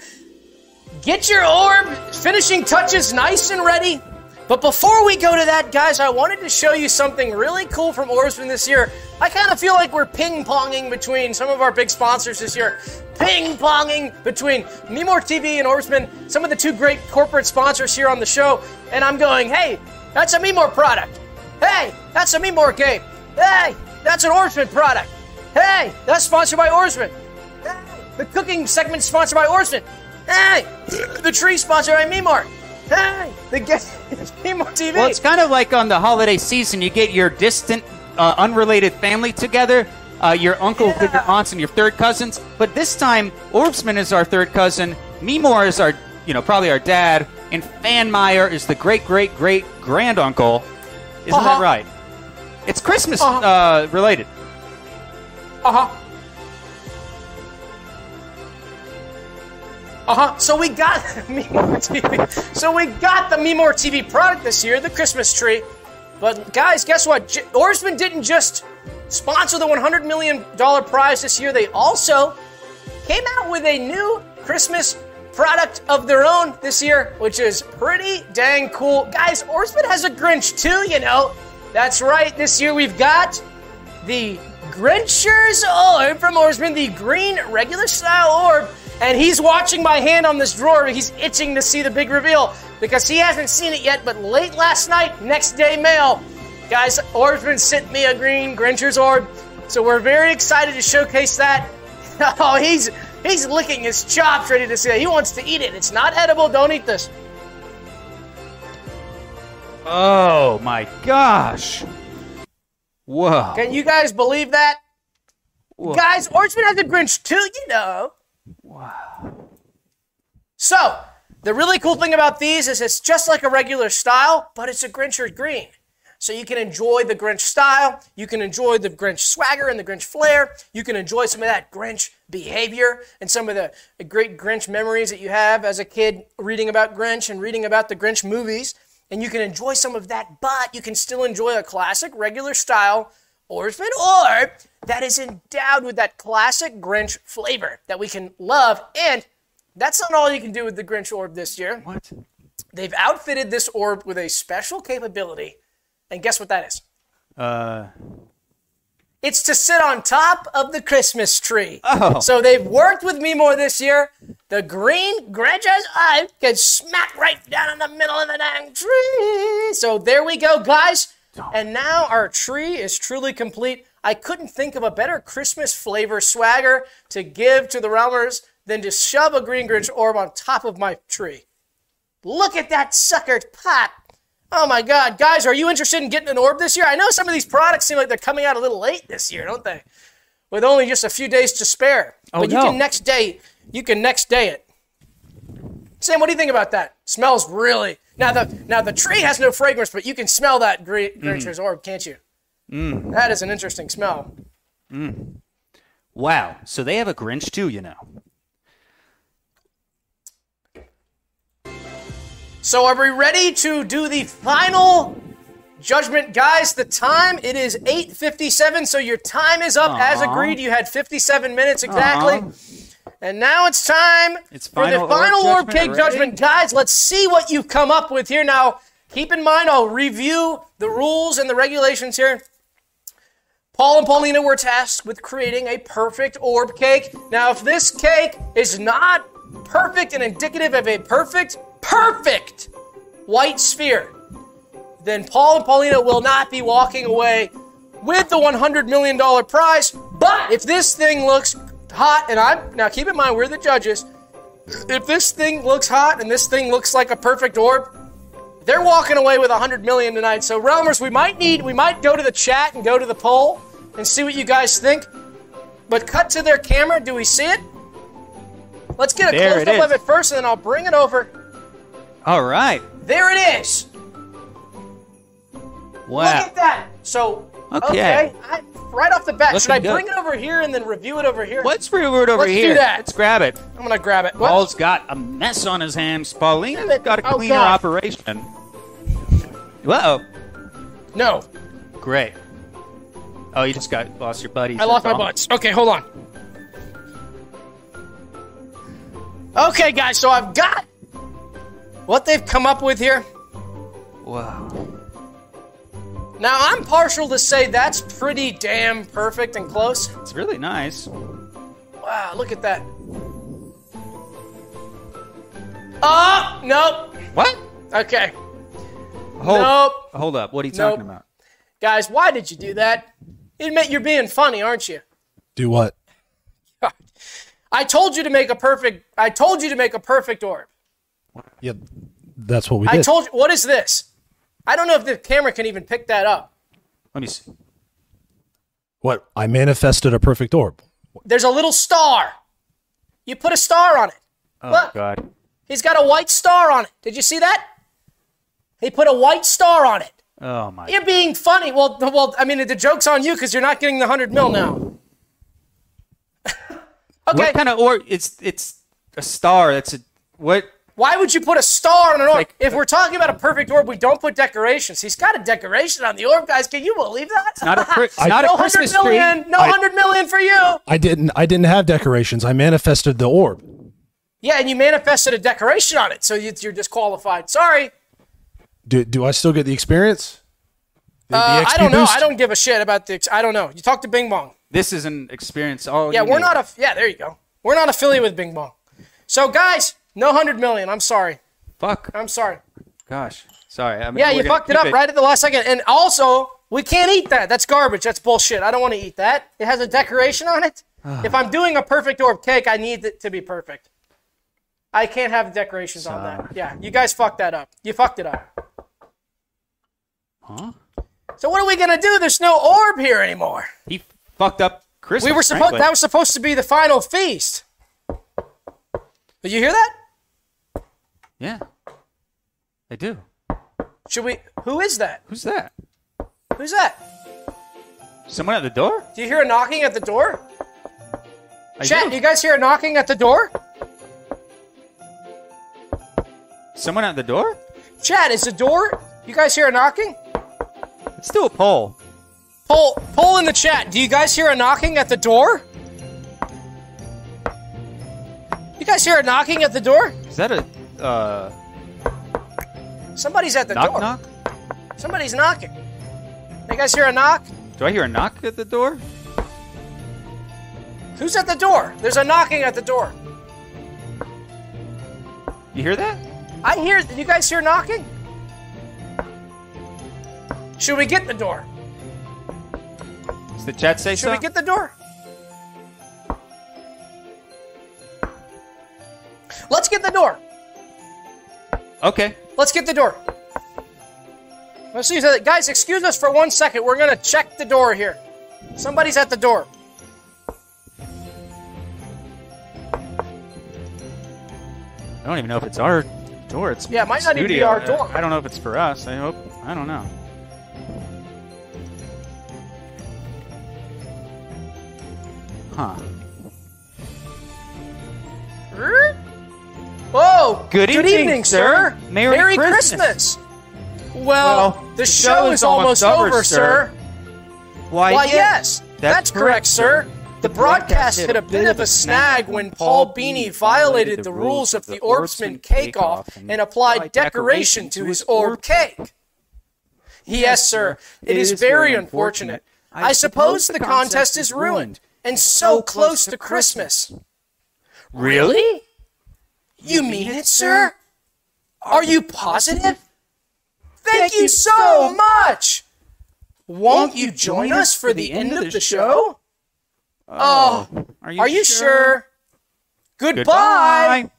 [SPEAKER 2] get your orb finishing touches nice and ready. But before we go to that, guys, I wanted to show you something really cool from Orbsman this year. I kind of feel like we're ping ponging between some of our big sponsors this year. Ping ponging between Memore TV and Orbsman, some of the two great corporate sponsors here on the show. And I'm going, hey, that's a Memore product. Hey, that's a Memore game. Hey, that's an Orbsman product. Hey, that's sponsored by Orbsman. The cooking segment sponsored by Orson. Hey, the tree sponsored by Memar. Hey, the guest Memar TV.
[SPEAKER 1] Well, it's kind of like on the holiday season, you get your distant, uh, unrelated family together, uh, your uncles, and your aunts, and your third cousins. But this time, Orbsman is our third cousin, Memor is our, you know, probably our dad, and Fanmeyer is the great, great, great granduncle. Isn't that
[SPEAKER 2] Uh-huh.
[SPEAKER 1] right? It's Christmas uh
[SPEAKER 2] Uh-huh.
[SPEAKER 1] related.
[SPEAKER 2] Uh huh. Uh huh. So we got Memor TV. So we got the Memor TV product this year, the Christmas tree. But guys, guess what? J- Orsman didn't just sponsor the 100 million dollar prize this year. They also came out with a new Christmas product of their own this year, which is pretty dang cool. Guys, Orsman has a Grinch too, you know. That's right. This year we've got the Grinchers orb from Orsman, the green regular style orb, and he's watching my hand on this drawer. He's itching to see the big reveal because he hasn't seen it yet. But late last night, next day mail, guys, Orsman sent me a green Grinchers orb, so we're very excited to showcase that. Oh, he's he's licking his chops, ready to see it. He wants to eat it. It's not edible. Don't eat this.
[SPEAKER 1] Oh my gosh! Whoa!
[SPEAKER 2] Can you guys believe that?
[SPEAKER 1] Whoa.
[SPEAKER 2] Guys, Orangeman has a Grinch too, you know. Wow. So, the really cool thing about these is it's just like a regular style, but it's a Grincher green. So you can enjoy the Grinch style, you can enjoy the Grinch swagger and the Grinch flair, you can enjoy some of that Grinch behavior and some of the great Grinch memories that you have as a kid reading about Grinch and reading about the Grinch movies. and you can enjoy some of that, but you can still enjoy a classic regular style orphan orb that is endowed with that classic Grinch flavor that we can love. And that's not all you can do with the Grinch orb this year.
[SPEAKER 1] What?
[SPEAKER 2] They've outfitted this orb with a special capability. And guess what that is?
[SPEAKER 1] Uh,
[SPEAKER 2] It's to sit on top of the Christmas tree. Oh. So they've worked with me more this year. The green Grinch's eye can smack right down in the middle of the dang tree. So there we go, guys. And now our tree is truly complete. I couldn't think of a better Christmas flavor swagger to give to the realmers than to shove a green Grinch orb on top of my tree. Look at that sucker pop. Oh my God, guys, are you interested in getting an orb this year? I know some of these products seem like they're coming out a little late this year, don't they? With only just a few days to spare. but you
[SPEAKER 1] no.
[SPEAKER 2] can next day, you can next day it. Sam, what do you think about that? Smells really. Now the now the tree has no fragrance, but you can smell that gre- Grinch's orb, can't you? That is an interesting smell.
[SPEAKER 1] wow. So they have a Grinch too, you know.
[SPEAKER 2] So are we ready to do the final judgment, guys? The time it is 8:57, so your time is up as agreed. You had 57 minutes exactly. And now it's time
[SPEAKER 1] It's
[SPEAKER 2] for the
[SPEAKER 1] final orb
[SPEAKER 2] final orb
[SPEAKER 1] judgment
[SPEAKER 2] cake
[SPEAKER 1] already?
[SPEAKER 2] judgment, guys. Let's see what you've come up with here. Now, keep in mind, I'll review the rules and the regulations here. Paul and Paulina were tasked with creating a perfect orb cake. Now, if this cake is not perfect and indicative of a perfect, perfect white sphere, then Paul and Paulina will not be walking away with the $100 million prize. But if this thing looks hot, and I'm now keep in mind, we're the judges. If this thing looks hot and this thing looks like a perfect orb, they're walking away with 100 million tonight. So Realmers, we might need, we might go to the chat and go to the poll and see what you guys think. But cut to their camera. Do we see it? Let's get a
[SPEAKER 1] There
[SPEAKER 2] close
[SPEAKER 1] it
[SPEAKER 2] up of
[SPEAKER 1] is.
[SPEAKER 2] it first, and then I'll bring it over.
[SPEAKER 1] All right.
[SPEAKER 2] There it is. Look
[SPEAKER 1] Wow.
[SPEAKER 2] at that. So okay,
[SPEAKER 1] Okay.
[SPEAKER 2] I, right off the bat, should I
[SPEAKER 1] Looking good.
[SPEAKER 2] bring it over here and then review it over here?
[SPEAKER 1] Let's reword over
[SPEAKER 2] Let's do
[SPEAKER 1] here.
[SPEAKER 2] that.
[SPEAKER 1] Let's grab it.
[SPEAKER 2] I'm gonna grab it. What?
[SPEAKER 1] Paul's got a mess on his hands. Paulina's got a
[SPEAKER 2] Oh,
[SPEAKER 1] cleaner
[SPEAKER 2] God.
[SPEAKER 1] operation. Whoa.
[SPEAKER 2] No,
[SPEAKER 1] Great. Oh, you just got lost your buddies.
[SPEAKER 2] I lost my
[SPEAKER 1] That's all.
[SPEAKER 2] butts. Okay, hold on. Okay, guys, so I've got what they've come up with here.
[SPEAKER 1] Whoa.
[SPEAKER 2] Now, I'm partial to say that's pretty damn perfect and close.
[SPEAKER 1] It's really nice.
[SPEAKER 2] Wow, look at that. Oh, nope.
[SPEAKER 1] What?
[SPEAKER 2] Okay.
[SPEAKER 1] Hold,
[SPEAKER 2] Nope.
[SPEAKER 1] hold up. What are you
[SPEAKER 2] Nope.
[SPEAKER 1] talking about?
[SPEAKER 2] Guys, why did you do that? You admit you're being funny, aren't you?
[SPEAKER 3] Do what?
[SPEAKER 2] I told you to make a perfect. I told you to make a perfect orb.
[SPEAKER 3] Yeah, that's what we
[SPEAKER 2] I
[SPEAKER 3] did.
[SPEAKER 2] told you. What is this? I don't know if the camera can even pick that up.
[SPEAKER 1] Let me see.
[SPEAKER 3] what? I manifested a perfect orb.
[SPEAKER 2] There's a little star. You put a star on it.
[SPEAKER 1] Oh,
[SPEAKER 2] Look.
[SPEAKER 1] God.
[SPEAKER 2] He's got a white star on it. Did you see that? He put a white star on it.
[SPEAKER 1] Oh, my.
[SPEAKER 2] You're being funny. Well, the- well, I mean, the joke's on you because you're not getting the hundred mil now. okay.
[SPEAKER 1] What kind of or it's it's a star. That's a what?
[SPEAKER 2] Why would you put a star on an orb?
[SPEAKER 1] like-
[SPEAKER 2] if we're talking about a perfect orb, we don't put decorations. He's got a decoration on the orb, guys. Can you believe that?
[SPEAKER 1] Not a cri- it's not
[SPEAKER 2] no
[SPEAKER 1] a
[SPEAKER 2] hundred
[SPEAKER 1] Christmas
[SPEAKER 2] million.
[SPEAKER 1] tree.
[SPEAKER 2] No
[SPEAKER 3] I-
[SPEAKER 2] hundred million for you.
[SPEAKER 3] I didn't. I didn't have decorations. I manifested the orb.
[SPEAKER 2] Yeah, and you manifested a decoration on it, so you, you're disqualified. Sorry.
[SPEAKER 3] Do Do I still get the experience? The, the
[SPEAKER 2] Uh, I
[SPEAKER 3] XP
[SPEAKER 2] don't know.
[SPEAKER 3] boost?
[SPEAKER 2] I don't give a shit about the. ex- I don't know. You talk to Bing Bong.
[SPEAKER 1] This is an experience. All
[SPEAKER 2] Yeah,
[SPEAKER 1] you
[SPEAKER 2] we're
[SPEAKER 1] need.
[SPEAKER 2] not. Aff- yeah, there you go. We're not affiliated with Bing Bong. So guys, no hundred million. I'm sorry.
[SPEAKER 1] fuck.
[SPEAKER 2] I'm sorry.
[SPEAKER 1] Gosh, sorry. I mean,
[SPEAKER 2] Yeah,
[SPEAKER 1] we're
[SPEAKER 2] you
[SPEAKER 1] gonna
[SPEAKER 2] fucked it
[SPEAKER 1] keep
[SPEAKER 2] up right at the last second. And also, we can't eat that. That's garbage. That's bullshit. I don't want to eat that. It has a decoration on it. if I'm doing a perfect orb cake, I need it to be perfect. I can't have decorations on that. Yeah, you guys fucked that up. You fucked it up.
[SPEAKER 1] Huh?
[SPEAKER 2] So what are we gonna do? There's no orb here anymore.
[SPEAKER 1] He fucked up Christmas.
[SPEAKER 2] We were supposed
[SPEAKER 1] frankly.
[SPEAKER 2] that was supposed to be the final feast. Did you hear that?
[SPEAKER 1] Yeah, I do.
[SPEAKER 2] Should we who is that?
[SPEAKER 1] Who's that?
[SPEAKER 2] Who's that?
[SPEAKER 1] Someone at the door?
[SPEAKER 2] Do you hear a knocking at the door?
[SPEAKER 1] I
[SPEAKER 2] Chat,
[SPEAKER 1] do.
[SPEAKER 2] do you guys hear a knocking at the door?
[SPEAKER 1] Someone at the door?
[SPEAKER 2] Chad, is the door? You guys hear a knocking?
[SPEAKER 1] Let's do a poll.
[SPEAKER 2] Poll, poll in the chat. Do you guys hear a knocking at the door? You guys hear a knocking at the door?
[SPEAKER 1] Is that a uh,
[SPEAKER 2] Somebody's at the
[SPEAKER 1] knock
[SPEAKER 2] door.
[SPEAKER 1] knock?
[SPEAKER 2] Somebody's knocking. You guys hear a knock?
[SPEAKER 1] Do I hear a knock at the door?
[SPEAKER 2] Who's at the door? There's a knocking at the door.
[SPEAKER 1] You hear that?
[SPEAKER 2] I hear. You guys hear knocking? Should we get the door?
[SPEAKER 1] Does the chat say
[SPEAKER 2] Should we
[SPEAKER 1] something?
[SPEAKER 2] get the door? Let's get the door.
[SPEAKER 1] okay.
[SPEAKER 2] Let's get the door. Let's see. if- Guys, excuse us for one second. We're gonna check the door here. Somebody's at the door.
[SPEAKER 1] I don't even know if it's our door. It's
[SPEAKER 2] Yeah, it might not even be
[SPEAKER 1] studio.
[SPEAKER 2] our door.
[SPEAKER 1] I don't know if it's for us. I hope. I don't know. Huh.
[SPEAKER 2] Whoa!
[SPEAKER 1] Good evening, sir. Merry
[SPEAKER 2] Christmas.
[SPEAKER 1] Christmas.
[SPEAKER 2] Well, the show is almost over, sir.
[SPEAKER 1] Why?
[SPEAKER 2] Why, yes, that's, correct, sir. The broadcast hit a bit of a snag when Paul Beanie violated the rules of the Orbsman cake off and applied decoration to his Orb cake. Yes, sir, it is very unfortunate. I suppose the contest is ruined, and so close to Christmas. Really? You mean it, sir? Are you positive? Thank you so much! Won't you join us for the end of the show? Oh,
[SPEAKER 1] Are
[SPEAKER 2] are you sure? Goodbye!
[SPEAKER 1] Goodbye.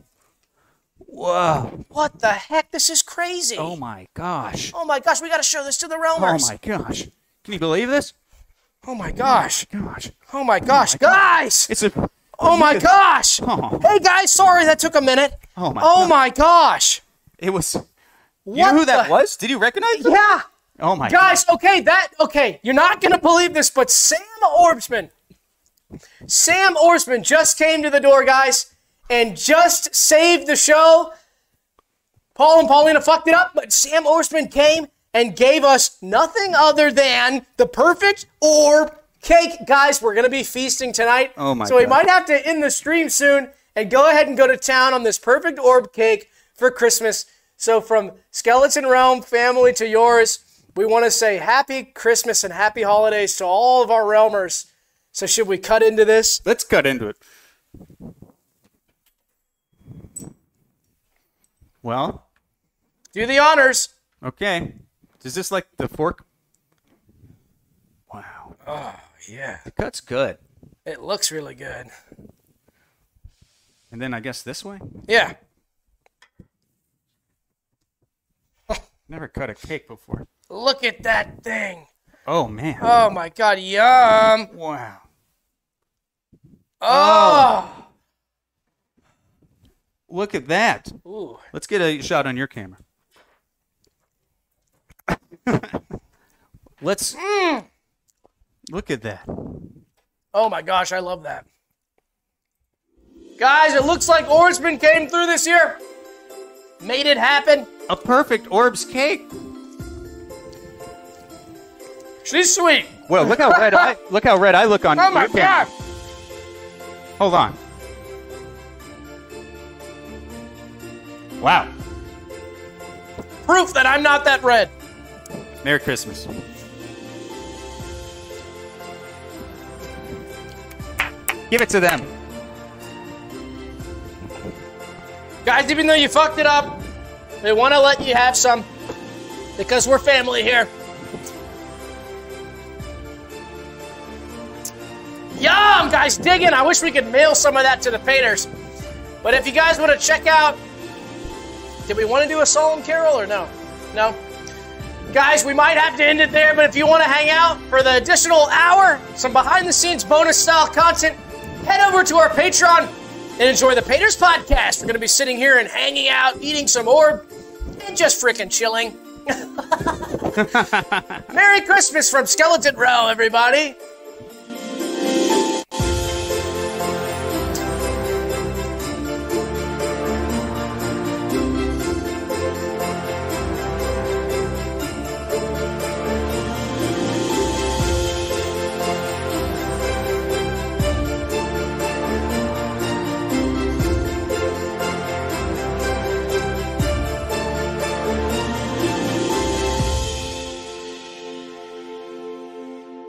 [SPEAKER 1] Whoa!
[SPEAKER 2] What the heck? This is crazy.
[SPEAKER 1] Oh my gosh!
[SPEAKER 2] Oh my gosh, we gotta show this to the
[SPEAKER 1] Oh
[SPEAKER 2] Realmers.
[SPEAKER 1] my gosh! Can you believe this?
[SPEAKER 2] Oh my gosh.
[SPEAKER 1] Gosh!
[SPEAKER 2] Oh my gosh. Guys!
[SPEAKER 1] It's a.
[SPEAKER 2] Oh my gosh!
[SPEAKER 1] Oh.
[SPEAKER 2] Hey guys, sorry that took a minute.
[SPEAKER 1] Oh my
[SPEAKER 2] Oh
[SPEAKER 1] God.
[SPEAKER 2] my gosh.
[SPEAKER 1] It was. You
[SPEAKER 2] What
[SPEAKER 1] know who that
[SPEAKER 2] the-
[SPEAKER 1] was? Did you recognize? them?
[SPEAKER 2] Yeah.
[SPEAKER 1] Oh my
[SPEAKER 2] Guys, okay, that okay, you're not gonna believe this, but Sam Orbsman. Sam Orbsman just came to the door, guys, and just saved the show. Paul and Paulina fucked it up, but Sam Orsman came and gave us nothing other than the perfect orb cake. Guys, we're going to be feasting tonight.
[SPEAKER 1] Oh my
[SPEAKER 2] So we
[SPEAKER 1] God.
[SPEAKER 2] might have to end the stream soon and go ahead and go to town on this perfect orb cake for Christmas. So from Skeleton Realm family to yours, we want to say happy Christmas and happy holidays to all of our realmers. So should we cut into this?
[SPEAKER 1] Let's cut into it. Well,
[SPEAKER 2] Do the honors.
[SPEAKER 1] okay. Is this like the fork? Wow. Oh, yeah. The cut's good.
[SPEAKER 2] It looks really good.
[SPEAKER 1] And then I guess this way?
[SPEAKER 2] Yeah.
[SPEAKER 1] Never cut a cake before.
[SPEAKER 2] Look at that thing.
[SPEAKER 1] Oh, man.
[SPEAKER 2] Oh my god, yum.
[SPEAKER 1] wow.
[SPEAKER 2] Oh.
[SPEAKER 1] Look at that.
[SPEAKER 2] Ooh.
[SPEAKER 1] Let's get a shot on your camera. Let's. Look at that.
[SPEAKER 2] Oh my gosh, I love that. Guys, it looks like Orangeman came through this year. Made it happen.
[SPEAKER 1] A perfect Orbs cake.
[SPEAKER 2] She's sweet.
[SPEAKER 1] Well, look how red I look how red I look on
[SPEAKER 2] Oh my
[SPEAKER 1] your camera.
[SPEAKER 2] god.
[SPEAKER 1] Hold on. Wow.
[SPEAKER 2] Proof that I'm not that red.
[SPEAKER 1] Merry Christmas. Give it to them.
[SPEAKER 2] Guys, even though you fucked it up, we want to let you have some because we're family here. Yum, guys, digging. I wish we could mail some of that to the painters. But if you guys want to check out, did we want to do a solemn carol or no? No. Guys, we might have to end it there, but if you want to hang out for the additional hour, some behind the scenes bonus style content, head over to our Patreon and enjoy the Painters Podcast. We're going to be sitting here and hanging out, eating some orb, and just freaking chilling. Merry Christmas from Skeleton Row, everybody.